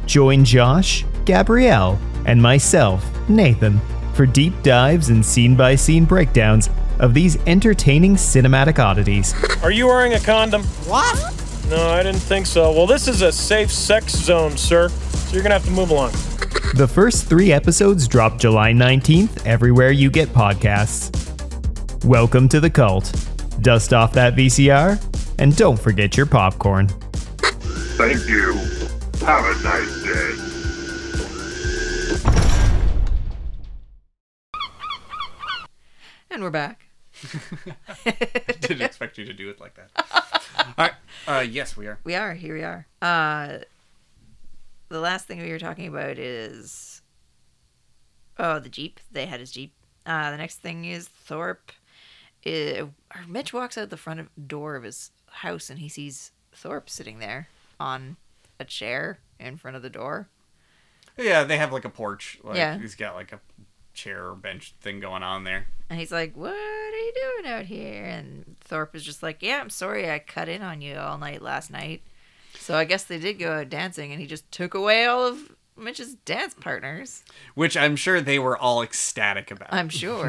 Speaker 9: Join Josh, Gabrielle, and myself, Nathan, for deep dives and scene by scene breakdowns of these entertaining cinematic oddities.
Speaker 10: Are you wearing a condom?
Speaker 3: What?
Speaker 10: No, I didn't think so. Well, this is a safe sex zone, sir. So you're gonna have to move along.
Speaker 9: The first three episodes drop July 19th everywhere you get podcasts. Welcome to the cult. Dust off that VCR and don't forget your popcorn.
Speaker 6: Thank you. Have a nice day.
Speaker 2: And we're back.
Speaker 1: Didn't expect you to do it like that. All right. Uh, yes, we are.
Speaker 2: We are. Here we are. Uh, the last thing we were talking about is oh the jeep. They had his jeep. Uh, the next thing is Thorpe. i- or Mitch walks out the front of, door of his house and he sees Thorpe sitting there on a chair in front of the door.
Speaker 1: Yeah, they have like a porch. Like,
Speaker 2: Yeah.
Speaker 1: He's got like a chair or bench thing going on there.
Speaker 2: And he's like, "What are you doing out here?" And Thorpe is just like, "Yeah, I'm sorry, I cut in on you all night last night." So I guess they did go out dancing, and he just took away all of Mitch's dance partners.
Speaker 1: which I'm sure they were all ecstatic about.
Speaker 2: I'm sure.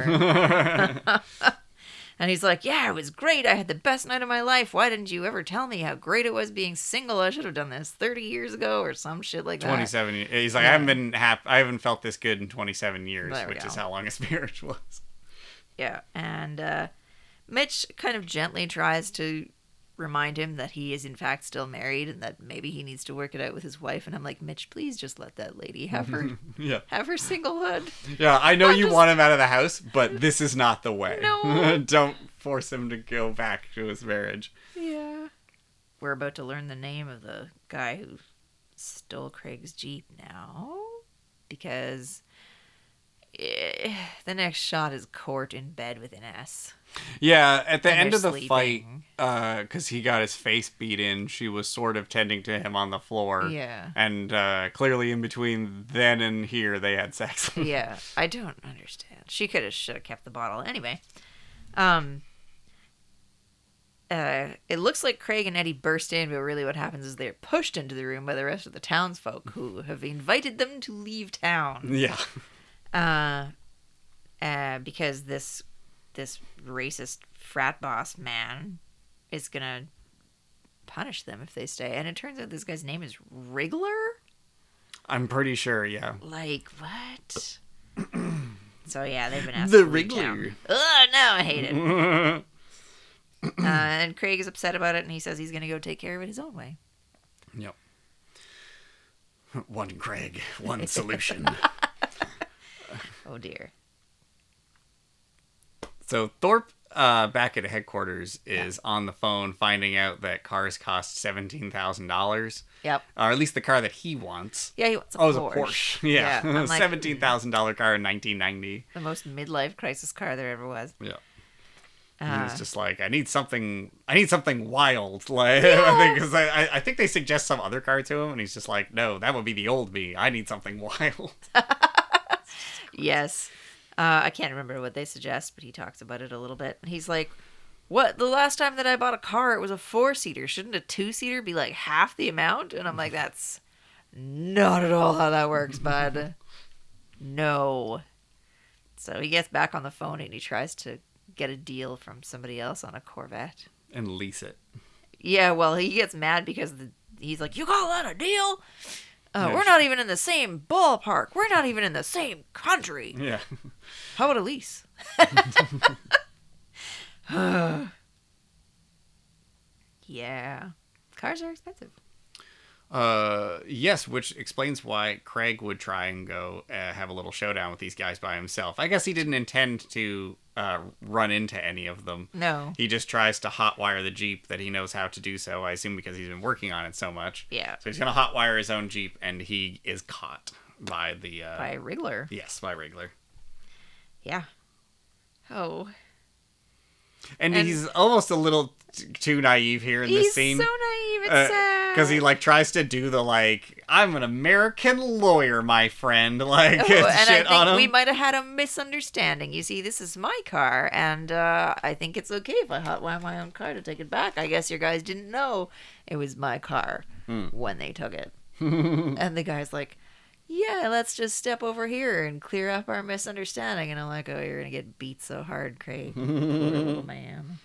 Speaker 2: and he's like, Yeah, it was great. I had the best night of my life. Why didn't you ever tell me how great it was being single? I should have done this 30 years ago or some shit like that.
Speaker 1: 27 years. He's like, I haven't been hap- I haven't felt this good in 27 years,
Speaker 2: There we
Speaker 1: which
Speaker 2: go.
Speaker 1: is how long his marriage was.
Speaker 2: Yeah. And uh, Mitch kind of gently tries to remind him that he is, in fact, still married and that maybe he needs to work it out with his wife. And I'm like, Mitch, please just let that lady have her.
Speaker 1: Yeah.
Speaker 2: Have her singlehood.
Speaker 1: Yeah, I know
Speaker 2: Not
Speaker 1: you
Speaker 2: just-
Speaker 1: want him out of the house, but this is not the way.
Speaker 2: No.
Speaker 1: Don't force him to go back to his marriage.
Speaker 2: Yeah. We're about to learn the name of the guy who stole Craig's Jeep now because eh, the next shot is Court in bed with an S.
Speaker 1: Yeah, at the
Speaker 2: And
Speaker 1: end
Speaker 2: they're
Speaker 1: of the fight,
Speaker 2: sleeping.
Speaker 1: fight, because he got his face beat in, she was sort of tending to him on the floor.
Speaker 2: Yeah.
Speaker 1: And uh, clearly, in between then and here, they had sex.
Speaker 2: yeah, I don't understand. She could have should have kept the bottle anyway. Um uh, it looks like Craig and Eddie burst in, but really what happens is they're pushed into the room by the rest of the townsfolk who have invited them to leave town.
Speaker 1: yeah.
Speaker 2: uh, uh, because this this racist frat boss man is gonna punish them if they stay. And it turns out this guy's name is Wriggler.
Speaker 1: I'm pretty sure, yeah.
Speaker 2: Like what? so yeah, they've been asked.
Speaker 1: The
Speaker 2: to leave town.
Speaker 1: Wriggler.
Speaker 2: Oh no, I hate it. uh, and Craig is upset about it, and he says he's gonna go take care of it his own way.
Speaker 1: Yep. One Craig, one solution.
Speaker 2: Oh dear.
Speaker 1: So Thorpe, uh, back at headquarters, is on the phone finding out that cars cost seventeen thousand dollars,
Speaker 2: Yep.
Speaker 1: or at least the car that he wants.
Speaker 2: Yeah, he wants a
Speaker 1: Oh, it was a
Speaker 2: Porsche.
Speaker 1: Porsche. Yeah,
Speaker 2: I'm like,
Speaker 1: seventeen thousand dollar car in nineteen ninety.
Speaker 2: the most midlife crisis car there ever was.
Speaker 1: Yeah. And
Speaker 2: Uh,
Speaker 1: he's just like, I need something. I need something wild. Like I think because I, I- I think they suggest some other car to him, and he's just like, no, that would be the old me. I need something wild.
Speaker 2: yes. Uh, I can't remember what they suggest, but he talks about it a little bit. He's like, "What? The last time that I bought a car, it was a four seater. Shouldn't a two seater be like half the amount?" And I'm like, "That's not at all how that works, bud. No." So he gets back on the phone and he tries to get a deal from somebody else on a Corvette.
Speaker 1: and lease it.
Speaker 2: Yeah, well, he gets mad because the, he's like, "You call that a deal? Uh,
Speaker 1: Yeah,
Speaker 2: We're
Speaker 1: it's-
Speaker 2: not even in the same ballpark. We're not even in the same country.
Speaker 1: Yeah.
Speaker 2: How about a lease?" yeah, cars are expensive.
Speaker 1: Uh, yes, which explains why Craig would try and go uh, have a little showdown with these guys by himself. I guess he didn't intend to uh, run into any of them.
Speaker 2: No.
Speaker 1: He just tries to hotwire the Jeep that he knows how to do so, I assume because he's been working on it so much.
Speaker 2: Yeah.
Speaker 1: So he's going to hotwire his own Jeep, and he is caught by the. Uh,
Speaker 2: By Wriggler.
Speaker 1: Yes, by Wriggler.
Speaker 2: Yeah. Oh,
Speaker 1: And,
Speaker 2: And-
Speaker 1: he's almost a little t- too naive here in
Speaker 2: he's
Speaker 1: this scene.
Speaker 2: so naive. It's sad
Speaker 1: because he like tries to do the like I'm an American lawyer, my friend, like
Speaker 2: Oh, and
Speaker 1: shit
Speaker 2: I
Speaker 1: on
Speaker 2: think
Speaker 1: him.
Speaker 2: we might have had a misunderstanding. You see, this is my car, and uh, I think it's okay if I hotwire my own car to take it back. I guess your guys didn't know it was my car
Speaker 1: Hmm.
Speaker 2: when they took it. and the guy's like, "Yeah, let's just step over here and clear up our misunderstanding." And I'm like, "Oh, you're gonna get beat so hard, Craig, Poor little man."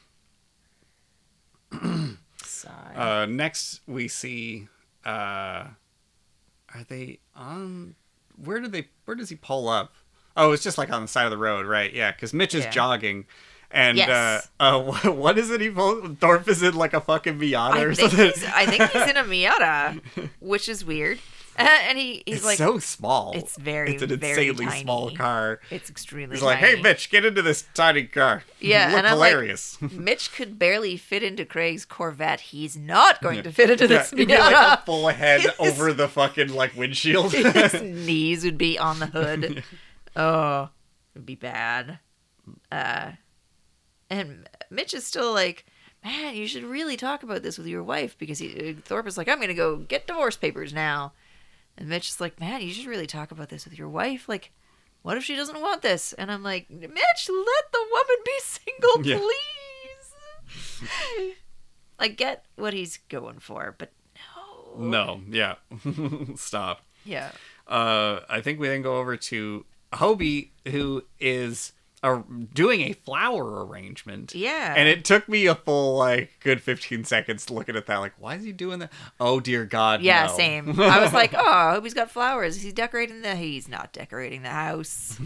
Speaker 2: Sigh.
Speaker 1: Uh, next, we see. Uh, are they on? Where do they? Where does he pull up? Oh, it's just like on the side of the road, right? Yeah, because Mitch is
Speaker 2: Yeah.
Speaker 1: jogging, and
Speaker 2: Yes.
Speaker 1: uh, uh, what, what is it? He pulls, Thorpe is in like a fucking Miata
Speaker 2: I
Speaker 1: or
Speaker 2: think,
Speaker 1: something.
Speaker 2: he's, I think he's in a Miata, which is weird. and he, he's
Speaker 1: it's
Speaker 2: like,
Speaker 1: so small.
Speaker 2: It's very,
Speaker 1: It's an
Speaker 2: very
Speaker 1: insanely
Speaker 2: tiny.
Speaker 1: small car.
Speaker 2: It's extremely.
Speaker 1: He's like,
Speaker 2: tiny.
Speaker 1: "Hey, Mitch, get into this tiny car."
Speaker 2: Yeah,
Speaker 1: you look
Speaker 2: and I'm like,
Speaker 1: hilarious.
Speaker 2: Mitch could barely fit into Craig's Corvette. He's not going to fit into this
Speaker 1: it'd be like a
Speaker 2: Miata.
Speaker 1: full head over the fucking like windshield.
Speaker 2: His knees would be on the hood. Oh, it'd be bad. Uh, and Mitch is still like, man, you should really talk about this with your wife because he, Thorpe is like, I'm going to go get divorce papers now. And Mitch is like, man, you should really talk about this with your wife. Like, what if she doesn't want this? And I'm like, Mitch, let the woman be single,
Speaker 1: Yeah.
Speaker 2: please. I get what he's going for, but no.
Speaker 1: no, yeah, stop.
Speaker 2: Yeah.
Speaker 1: Uh, I think we then go over to Hobie, who is uh doing a flower arrangement.
Speaker 2: Yeah.
Speaker 1: and it took me a full like good fifteen seconds looking at that. Like, why is he doing that? Oh dear God!
Speaker 2: Yeah,
Speaker 1: no.
Speaker 2: same. I was like, oh, I hope he's got flowers. He's decorating the. He's not decorating the house.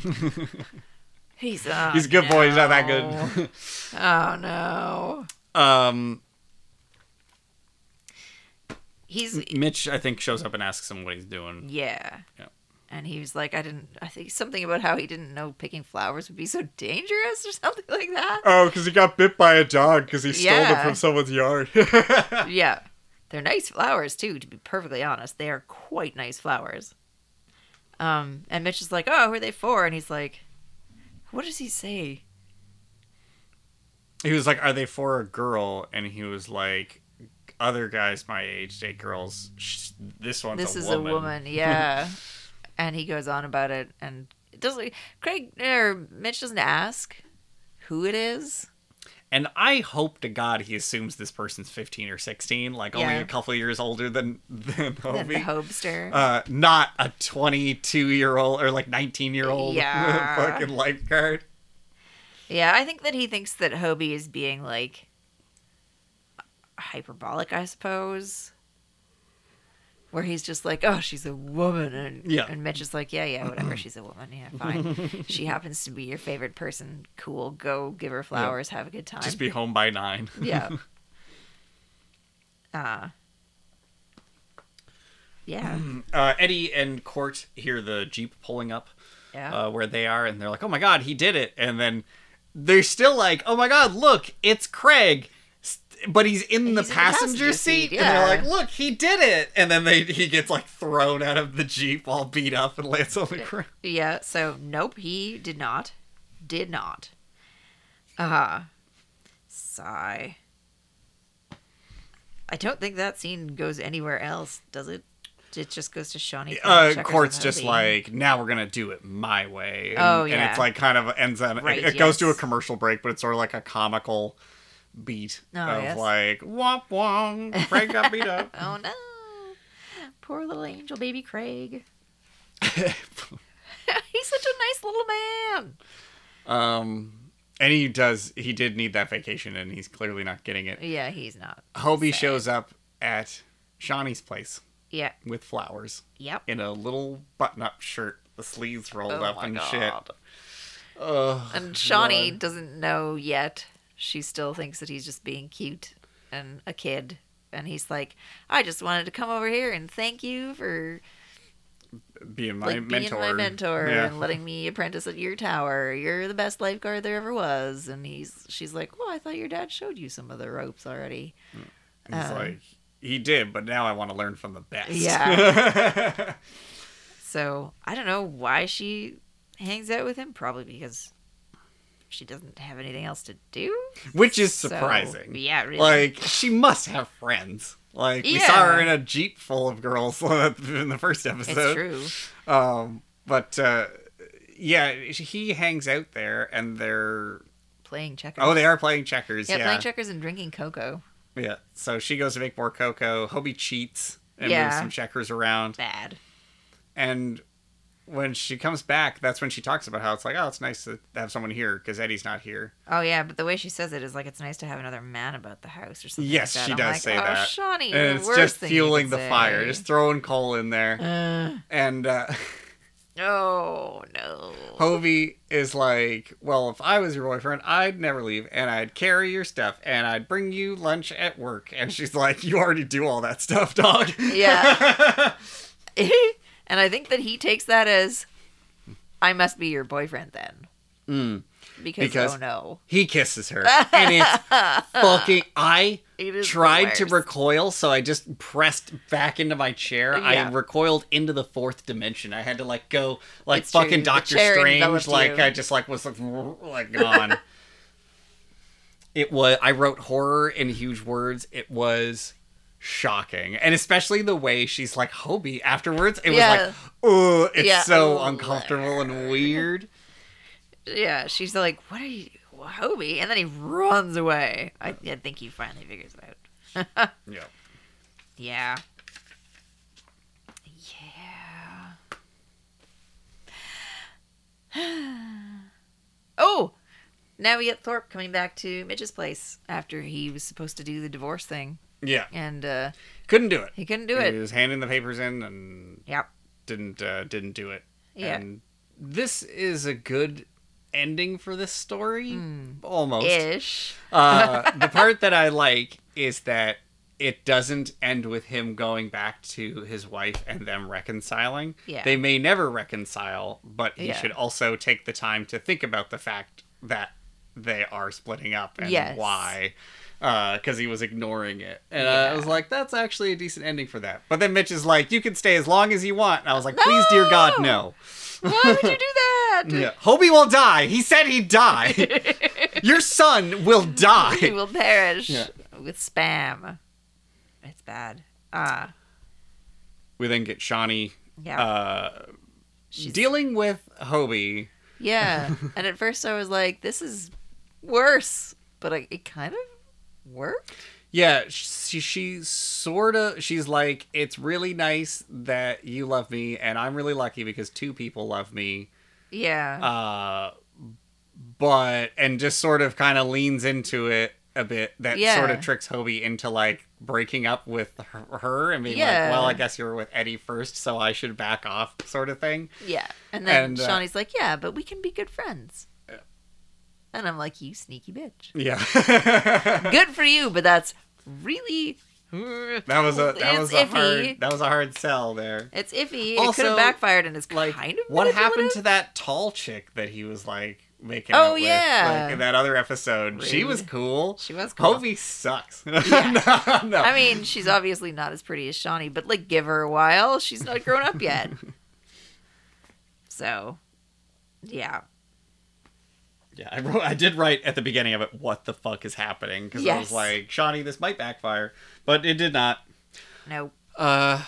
Speaker 2: he's uh,
Speaker 1: He's a good
Speaker 2: no.
Speaker 1: boy. He's not that good.
Speaker 2: Oh no.
Speaker 1: um,
Speaker 2: He's
Speaker 1: Mitch, I think, shows up and asks him what he's doing.
Speaker 2: yeah.
Speaker 1: Mm. Yeah.
Speaker 2: And he was like, I didn't. I think something about how he didn't know picking flowers would be so dangerous or something like that.
Speaker 1: Oh, because he got bit by a dog because he
Speaker 2: stole them Yeah. from
Speaker 1: someone's yard.
Speaker 2: yeah. They're nice flowers too, to be perfectly honest. They are quite nice flowers. Um, and Mitch is like, Oh, who are they for? And he's like, What does he say?
Speaker 1: he was like, "Are they for a girl?" And he was like, "Other guys my age date girls. Sh- this one's
Speaker 2: This
Speaker 1: a
Speaker 2: is
Speaker 1: woman.
Speaker 2: a woman, yeah. and he goes on about it and it doesn't Craig or Mitch doesn't ask who it is.
Speaker 1: And I hope to God he assumes this person's fifteen or sixteen, like only
Speaker 2: Yeah.
Speaker 1: a couple years older than than
Speaker 2: Then the
Speaker 1: Hobie.
Speaker 2: hobster.
Speaker 1: uh, not a twenty-two-year-old or like nineteen-year-old
Speaker 2: Yeah.
Speaker 1: fucking lifeguard.
Speaker 2: Yeah, I think that he thinks that Hobie is being like hyperbolic, I suppose. Where he's just like, oh, she's a woman, and
Speaker 1: Yeah.
Speaker 2: and Mitch is like, yeah, yeah, whatever, she's a woman, yeah, fine. she happens to be your favorite person, cool. Go give her flowers, have a good time.
Speaker 1: Just be home by nine.
Speaker 2: yeah. Uh, yeah,
Speaker 1: Uh, Eddie and Court hear the jeep pulling up.
Speaker 2: yeah.
Speaker 1: uh, where they are, and they're like, "Oh my god, he did it!" And then they're still like, oh my god, look, it's Craig. S- But he's in the
Speaker 2: He's in the
Speaker 1: passenger
Speaker 2: passenger
Speaker 1: seat,
Speaker 2: seat,
Speaker 1: and
Speaker 2: yeah.
Speaker 1: they're like, "Look, he did it!" And then they he gets like thrown out of the jeep, all beat up, and lands on the ground.
Speaker 2: Yeah, so nope, he did not. Did not. Uh sigh. I don't think that scene goes anywhere else, does it? It just goes to Shawnee.
Speaker 1: uh,
Speaker 2: Fairchecker's
Speaker 1: court's just
Speaker 2: hubby.
Speaker 1: like now we're gonna do it my way and,
Speaker 2: Oh,
Speaker 1: and
Speaker 2: yeah.
Speaker 1: it's like kind of ends on
Speaker 2: Right,
Speaker 1: it, it goes to a
Speaker 2: yes.
Speaker 1: commercial break but it's sort of like a comical beat
Speaker 2: Oh,
Speaker 1: of
Speaker 2: yes.
Speaker 1: like womp womp frank got beat up
Speaker 2: Oh no. Poor little angel baby Craig. He's such a nice little man.
Speaker 1: um and he does he did need that vacation and he's clearly not getting it
Speaker 2: Yeah, he's not.
Speaker 1: hobie shows up at shawnee's place
Speaker 2: Yeah.
Speaker 1: with flowers
Speaker 2: Yep.
Speaker 1: in a little button-up shirt the sleeves rolled
Speaker 2: Oh
Speaker 1: up
Speaker 2: my
Speaker 1: and shit
Speaker 2: God.
Speaker 1: Ugh.
Speaker 2: And Shawnee doesn't know yet. She still thinks that he's just being cute and a kid. And he's like, I just wanted to come over here and thank you for
Speaker 1: being my
Speaker 2: like being
Speaker 1: mentor
Speaker 2: my mentor
Speaker 1: Yeah.
Speaker 2: and letting me apprentice at your tower. You're the best lifeguard there ever was. And he's she's like, Well, I thought your dad showed you some of the ropes already. uh,
Speaker 1: He's like, he did, but now I want to learn from the best.
Speaker 2: Yeah. so I don't know why she hangs out with him. Probably because she doesn't have anything else to do.
Speaker 1: Which is
Speaker 2: So,
Speaker 1: surprising.
Speaker 2: yeah, really.
Speaker 1: Like, she must have friends. Like, we saw
Speaker 2: Yeah.
Speaker 1: her in a Jeep full of girls in the first
Speaker 2: It's
Speaker 1: episode.
Speaker 2: true.
Speaker 1: Um, but, uh, yeah, he hangs out there and they're.
Speaker 2: Playing checkers.
Speaker 1: Oh, they are playing checkers.
Speaker 2: Yeah,
Speaker 1: Yeah.
Speaker 2: playing checkers and drinking cocoa.
Speaker 1: Yeah. So she goes to make more cocoa. Hobie cheats and moves
Speaker 2: Yeah.
Speaker 1: some checkers around.
Speaker 2: Bad.
Speaker 1: And when she comes back, that's when she talks about how it's like, oh, it's nice to have someone here because Eddie's not here.
Speaker 2: Oh yeah, but the way she says it is like it's nice to have another man about the house or something.
Speaker 1: Yes,
Speaker 2: like that.
Speaker 1: she
Speaker 2: I'm
Speaker 1: does
Speaker 2: like,
Speaker 1: say
Speaker 2: oh,
Speaker 1: that.
Speaker 2: Shawnee,
Speaker 1: and
Speaker 2: the
Speaker 1: it's
Speaker 2: worst
Speaker 1: just
Speaker 2: thing you
Speaker 1: fueling
Speaker 2: could
Speaker 1: the
Speaker 2: say.
Speaker 1: fire, just throwing coal in there. and uh,
Speaker 2: Oh no.
Speaker 1: Hovey is like, "Well, if I was your boyfriend, I'd never leave, and I'd carry your stuff, and I'd bring you lunch at work." And she's like, "You already do all that stuff, dog."
Speaker 2: Yeah. and I think that he takes that as I must be your boyfriend then. Mm. Because,
Speaker 1: Because-
Speaker 2: oh no.
Speaker 1: He kisses her, and it's fucking. I
Speaker 2: It is the
Speaker 1: tried to
Speaker 2: worst.
Speaker 1: recoil, so I just pressed back into my chair.
Speaker 2: Yeah.
Speaker 1: I recoiled into the fourth dimension. I had to like go like
Speaker 2: It's true.
Speaker 1: fucking
Speaker 2: The
Speaker 1: Doctor
Speaker 2: chair
Speaker 1: Strange.
Speaker 2: enveloped
Speaker 1: Like
Speaker 2: you.
Speaker 1: I just like was like like gone. it was. I wrote horror in huge words. It was shocking, and especially the way she's like Hobie afterwards. It
Speaker 2: Yeah.
Speaker 1: was like, ooh, it's
Speaker 2: Yeah.
Speaker 1: so
Speaker 2: Ooh.
Speaker 1: uncomfortable and weird.
Speaker 2: Yeah, she's like, What are you Hobie? And then he runs away. I, I think he finally figures it out.
Speaker 1: Yeah.
Speaker 2: Yeah. Yeah. oh! Now we get Thorpe coming back to Midge's place after he was supposed to do the divorce thing.
Speaker 1: Yeah.
Speaker 2: And uh,
Speaker 1: Couldn't do it.
Speaker 2: he couldn't do it.
Speaker 1: He was handing the papers in and
Speaker 2: Yep.
Speaker 1: didn't uh, didn't do it.
Speaker 2: Yeah.
Speaker 1: And this is a good ending for this story,
Speaker 2: Hmm.
Speaker 1: almost.
Speaker 2: Ish.
Speaker 1: Uh, the part that I like is that it doesn't end with him going back to his wife and them reconciling.
Speaker 2: Yeah.
Speaker 1: They may never reconcile, but he
Speaker 2: Yeah.
Speaker 1: should also take the time to think about the fact that they are splitting up and
Speaker 2: Yes.
Speaker 1: why. Because he was ignoring it. And I was like, that's actually a decent ending for that. But then Mitch is like, you can stay as long as you want. And I was like, please, dear God, no.
Speaker 2: Why would you do that?
Speaker 1: Yeah. Hobie will die. He said he'd die. Your son will
Speaker 2: He
Speaker 1: die.
Speaker 2: will perish
Speaker 1: Yeah.
Speaker 2: with spam. It's bad. Ah,
Speaker 1: We then get Shawnee
Speaker 2: yeah.
Speaker 1: Uh.
Speaker 2: She's-
Speaker 1: dealing with Hobie.
Speaker 2: Yeah. and at first I was like, this is worse. But I, it kind of worked.
Speaker 1: Yeah, she, she sort of she's like it's really nice that you love me and I'm really lucky because two people love me.
Speaker 2: Yeah.
Speaker 1: Uh but and just sort of kind of leans into it a bit that
Speaker 2: Yeah.
Speaker 1: sort of tricks Hobie into like breaking up with her, her and being
Speaker 2: Yeah.
Speaker 1: like, "Well, I guess you were with Eddie first, so I should back off," sort of thing.
Speaker 2: yeah. And then
Speaker 1: and, uh,
Speaker 2: Shawnee's like, yeah, but we can be good friends. And I'm like, you sneaky bitch.
Speaker 1: Yeah.
Speaker 2: Good for you, but that's really. That
Speaker 1: that was a that was a hard that was a hard sell there.
Speaker 2: It's iffy. it could
Speaker 1: Also,
Speaker 2: have backfired and it's
Speaker 1: like
Speaker 2: kind of
Speaker 1: what happened
Speaker 2: manipulative.
Speaker 1: to that tall chick that he was like making
Speaker 2: Oh,
Speaker 1: out with,
Speaker 2: yeah.
Speaker 1: like in that other episode. She was cool.
Speaker 2: She was cool.
Speaker 1: Hovey sucks. no, no.
Speaker 2: I mean, she's obviously not as pretty as Shawnee, but like, give her a while. She's not grown up yet. so, yeah.
Speaker 1: yeah, I, wrote, I did write at the beginning of it, "What the fuck is happening?" Because I
Speaker 2: Yes.
Speaker 1: was like, "Shawnee, this might backfire," but it did not.
Speaker 2: No.
Speaker 1: Uh,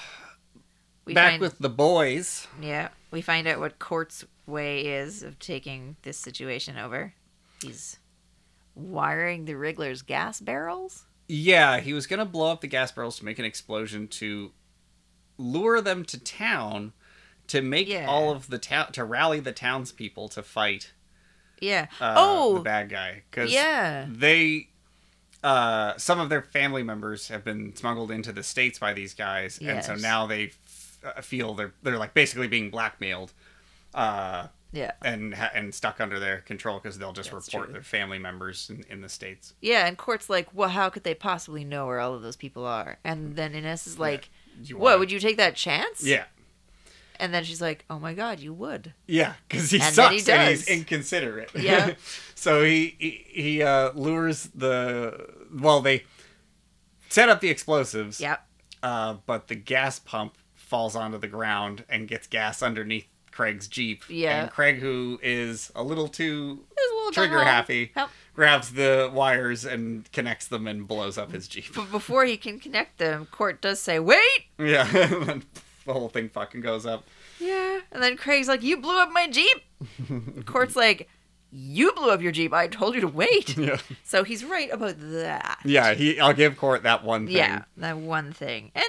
Speaker 2: We
Speaker 1: back
Speaker 2: find,
Speaker 1: with the boys.
Speaker 2: yeah, we find out what Court's way is of taking this situation over. He's wiring the Wriggler's gas barrels.
Speaker 1: Yeah, he was gonna blow up the gas barrels to make an explosion to lure them to town to make
Speaker 2: Yeah.
Speaker 1: all of the town to rally the townspeople to fight
Speaker 2: Yeah.
Speaker 1: uh, the
Speaker 2: oh,
Speaker 1: bad guy because
Speaker 2: yeah.
Speaker 1: they uh some of their family members have been smuggled into the states by these guys and so
Speaker 2: Yes.
Speaker 1: now they f- uh, feel they're they're like basically being blackmailed uh
Speaker 2: yeah,
Speaker 1: and ha- and stuck under their control because they'll just
Speaker 2: That's
Speaker 1: report
Speaker 2: true.
Speaker 1: their family members in, in the states
Speaker 2: yeah. And Court's like, well, how could they possibly know where all of those people are? And then Ines is like,
Speaker 1: You
Speaker 2: what?
Speaker 1: wanna-
Speaker 2: Would you take that chance?
Speaker 1: Mm. yeah
Speaker 2: And then she's like, oh my god, you would.
Speaker 1: Yeah, because he
Speaker 2: And then
Speaker 1: sucks
Speaker 2: he
Speaker 1: and
Speaker 2: does.
Speaker 1: he's inconsiderate.
Speaker 2: Yeah.
Speaker 1: so he he, he uh, lures the well they set up the explosives.
Speaker 2: Yep.
Speaker 1: Uh, but the gas pump falls onto the ground and gets gas underneath Craig's jeep.
Speaker 2: Yeah.
Speaker 1: And Craig, who is a little too
Speaker 2: There's a little
Speaker 1: trigger
Speaker 2: dumb.
Speaker 1: happy,
Speaker 2: Help.
Speaker 1: grabs the wires and connects them and blows up his jeep.
Speaker 2: But before he can connect them, Court does say, wait!
Speaker 1: yeah. and then the whole thing fucking goes up.
Speaker 2: Yeah. And then Craig's like, you blew up my Jeep! Court's like, you blew up your Jeep. I told you to wait.
Speaker 1: Yeah.
Speaker 2: So he's right about that.
Speaker 1: Yeah. He. I'll give Court that one thing.
Speaker 2: Yeah, that one thing. And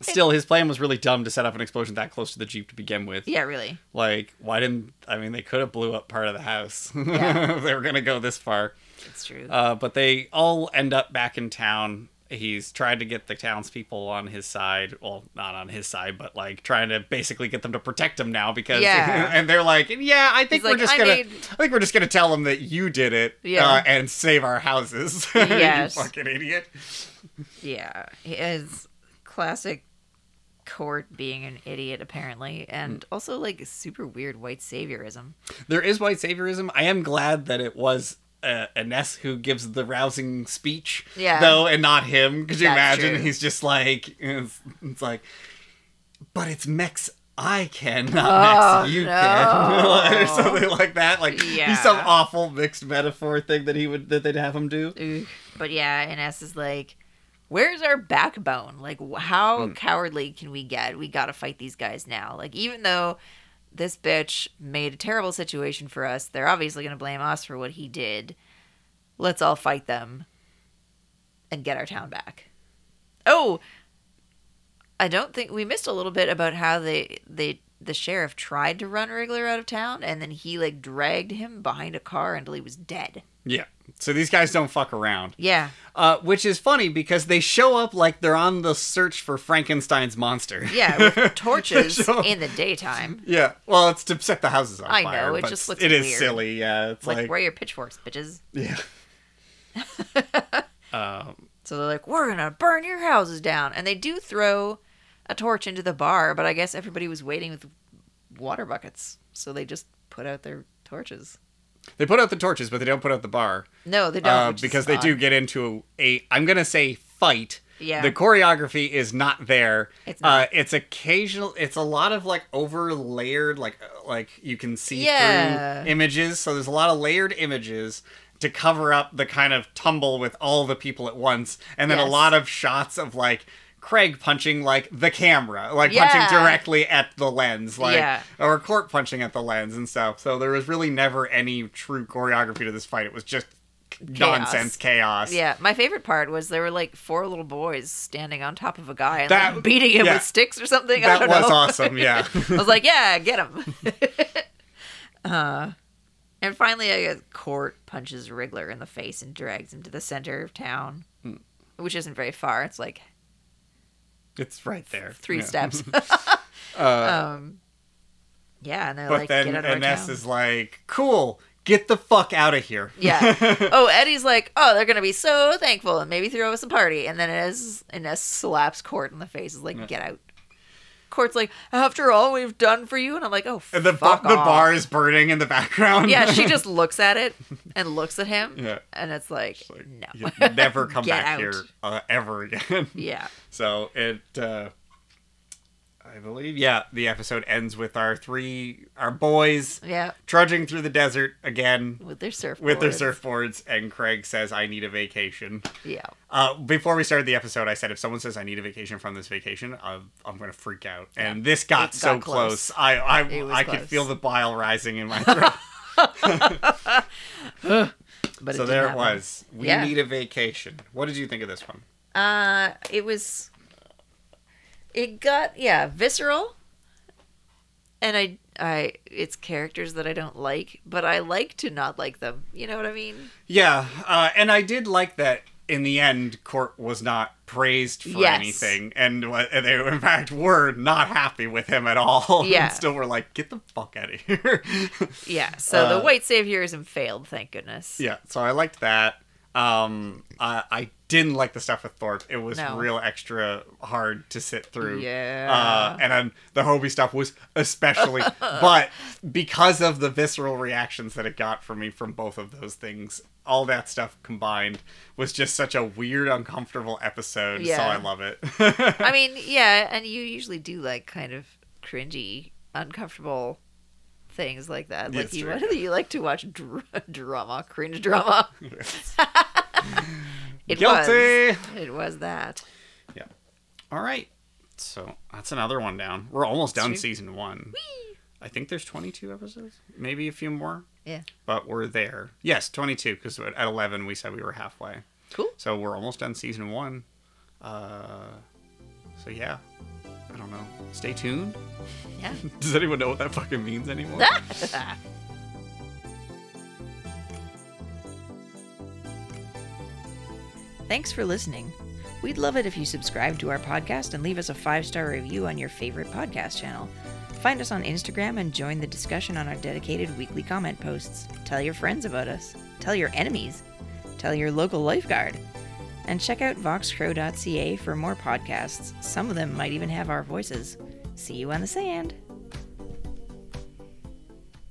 Speaker 1: Still, his plan was really dumb to set up an explosion that close to the jeep to begin with.
Speaker 2: yeah, really.
Speaker 1: Like, why didn't? I mean, they could have blew up part of the house.
Speaker 2: Yeah.
Speaker 1: if they were gonna go this far.
Speaker 2: It's true.
Speaker 1: Uh, but they all end up back in town. He's tried to get the townspeople on his side. Well, not on his side, but like trying to basically get them to protect him now because.
Speaker 2: Yeah.
Speaker 1: and they're like, yeah, I think
Speaker 2: He's
Speaker 1: we're
Speaker 2: like,
Speaker 1: just
Speaker 2: "I
Speaker 1: gonna.
Speaker 2: need-
Speaker 1: I think we're just gonna tell them that you did it.
Speaker 2: Yeah.
Speaker 1: Uh, and save our houses.
Speaker 2: Yes.
Speaker 1: you fucking idiot.
Speaker 2: yeah. He is classic Court being an idiot, apparently. And also, like, super weird white saviorism.
Speaker 1: There is white saviorism. I am glad that it was uh, Ines who gives the rousing speech,
Speaker 2: Yeah.
Speaker 1: though, and not him. Could you
Speaker 2: That's
Speaker 1: imagine?
Speaker 2: true.
Speaker 1: He's just like, it's, it's like, but it's Mex I can,
Speaker 2: Oh,
Speaker 1: not Mex you can, or something like that. Like,
Speaker 2: Yeah.
Speaker 1: he's some awful mixed metaphor thing that he would that they'd have him do.
Speaker 2: Ugh. But yeah, Ines is like, where's our backbone? Like, wh- how cowardly can we get? We got to fight these guys now. Like, even though this bitch made a terrible situation for us, they're obviously going to blame us for what he did. Let's all fight them and get our town back. Oh, I don't think we missed a little bit about how they they the sheriff tried to run Wriggler out of town and then he like dragged him behind a car until he was dead.
Speaker 1: Yeah. So these guys don't fuck around,
Speaker 2: Yeah.
Speaker 1: uh, which is funny because they show up like they're on the search for Frankenstein's monster.
Speaker 2: Yeah, with torches
Speaker 1: show.
Speaker 2: in the daytime.
Speaker 1: Yeah, well, it's to set the houses on
Speaker 2: I know,
Speaker 1: fire.
Speaker 2: it
Speaker 1: but
Speaker 2: just looks
Speaker 1: It is
Speaker 2: weird.
Speaker 1: silly. Yeah, it's
Speaker 2: Like,
Speaker 1: like,
Speaker 2: where are your pitchforks, bitches?
Speaker 1: yeah, Um,
Speaker 2: So they're like, we're gonna burn your houses down, and they do throw a torch into the bar, but I guess everybody was waiting with water buckets, so they just put out their torches.
Speaker 1: they put out the torches, but they don't put out the bar
Speaker 2: No, they don't
Speaker 1: uh,
Speaker 2: which is
Speaker 1: because they
Speaker 2: odd.
Speaker 1: do get into a. I'm gonna say fight.
Speaker 2: Yeah.
Speaker 1: The choreography is not there.
Speaker 2: It's
Speaker 1: Uh,
Speaker 2: not.
Speaker 1: it's occasional. It's a lot of like over layered, like uh, like you can see
Speaker 2: Yeah.
Speaker 1: through images. So there's a lot of layered images to cover up the kind of tumble with all the people at once, and then
Speaker 2: Yes.
Speaker 1: a lot of shots of like Craig punching like the camera, like
Speaker 2: Yeah.
Speaker 1: punching directly at the lens, like
Speaker 2: Yeah.
Speaker 1: or court punching at the lens and stuff. So there was really never any true choreography to this fight. It was just nonsense chaos.
Speaker 2: Yeah, my favorite part was there were like four little boys standing on top of a guy and
Speaker 1: That-
Speaker 2: like, beating him
Speaker 1: yeah.
Speaker 2: with sticks or something. I
Speaker 1: That
Speaker 2: don't
Speaker 1: was
Speaker 2: know.
Speaker 1: awesome, yeah.
Speaker 2: I was like, yeah, get him. uh, and finally, I guess Court punches Wriggler in the face and drags him to the center of town,
Speaker 1: Hmm.
Speaker 2: which isn't very far. It's like
Speaker 1: it's right there.
Speaker 2: three
Speaker 1: Yeah. Uh,
Speaker 2: steps. um, yeah, and they're
Speaker 1: But
Speaker 2: like,
Speaker 1: then
Speaker 2: get out of our
Speaker 1: Ines
Speaker 2: town.
Speaker 1: is like, cool, get the fuck out of here.
Speaker 2: yeah. Oh, Eddie's like, oh, they're gonna be so thankful and maybe throw us a party. And then Ines, Ines slaps Court in the face. Is like, get out. Court's like, after all we've done for you, and I'm like, oh,
Speaker 1: And the, bu-
Speaker 2: fuck
Speaker 1: the
Speaker 2: off.
Speaker 1: bar is burning in the background.
Speaker 2: Yeah, she just looks at it and looks at him,
Speaker 1: Yeah.
Speaker 2: and it's like,
Speaker 1: Like,
Speaker 2: no,
Speaker 1: you never come
Speaker 2: Get
Speaker 1: back
Speaker 2: out.
Speaker 1: here uh, ever again.
Speaker 2: yeah,
Speaker 1: So it, uh, I believe, yeah, the episode ends with our three, our boys
Speaker 2: yeah,
Speaker 1: trudging through the desert again
Speaker 2: with their surfboards.
Speaker 1: with their surfboards, and Craig says, I need a vacation.
Speaker 2: yeah.
Speaker 1: Uh, before we started the episode, I said, if someone says I need a vacation from this vacation, I'm, I'm going to freak out. And this got
Speaker 2: It
Speaker 1: so
Speaker 2: got close.
Speaker 1: close. I,
Speaker 2: It was
Speaker 1: I, I could
Speaker 2: close.
Speaker 1: feel the bile rising in my throat.
Speaker 2: But
Speaker 1: so
Speaker 2: didn't
Speaker 1: there it
Speaker 2: happen.
Speaker 1: was. We
Speaker 2: Yeah.
Speaker 1: need a vacation. What did you think of this one?
Speaker 2: Uh, it was. It got yeah visceral, and I I it's characters that I don't like, but I like to not like them. You know what I mean?
Speaker 1: Yeah, uh, and I did like that. In the end, Court was not praised for
Speaker 2: Yes.
Speaker 1: anything, and wa- and they in fact were not happy with him at all.
Speaker 2: Yeah.
Speaker 1: and still were like, "Get the fuck out of here."
Speaker 2: Yeah. So
Speaker 1: Uh,
Speaker 2: the white saviorism failed. Thank goodness.
Speaker 1: yeah, so I liked that. Um, I, I didn't like the stuff with Thorpe. It was
Speaker 2: No.
Speaker 1: real extra hard to sit through.
Speaker 2: Yeah.
Speaker 1: uh, and then the Hobie stuff was especially, but because of the visceral reactions that it got from me from both of those things, all that stuff combined was just such a weird, uncomfortable episode. So
Speaker 2: Yeah.
Speaker 1: I love it.
Speaker 2: I mean, yeah, and you usually do like kind of cringy, uncomfortable things like that. Like
Speaker 1: Yes,
Speaker 2: you,
Speaker 1: true.
Speaker 2: what do you like to watch dr- drama, cringe drama? it
Speaker 1: Guilty.
Speaker 2: was. It was that.
Speaker 1: All right. So that's another one down. We're almost done
Speaker 2: true.
Speaker 1: season one. I think there's 22 episodes, maybe a few more,
Speaker 2: Yeah.
Speaker 1: but we're there. Yes, 22, because at 11 we said we were halfway.
Speaker 2: Cool.
Speaker 1: So we're almost done season one. Uh, so yeah, I don't know. Stay tuned.
Speaker 2: Yeah. Ah!
Speaker 1: Does anyone know what that fucking means anymore?
Speaker 2: Thanks for listening. We'd love it if you subscribe to our podcast and leave us a five star review on your favorite podcast channel. Find us on Instagram and join the discussion on our dedicated weekly comment posts. Tell your friends about us. Tell your enemies. Tell your local lifeguard. And check out voxcrow.ca for more podcasts. Some of them might even have our voices. See you on the sand.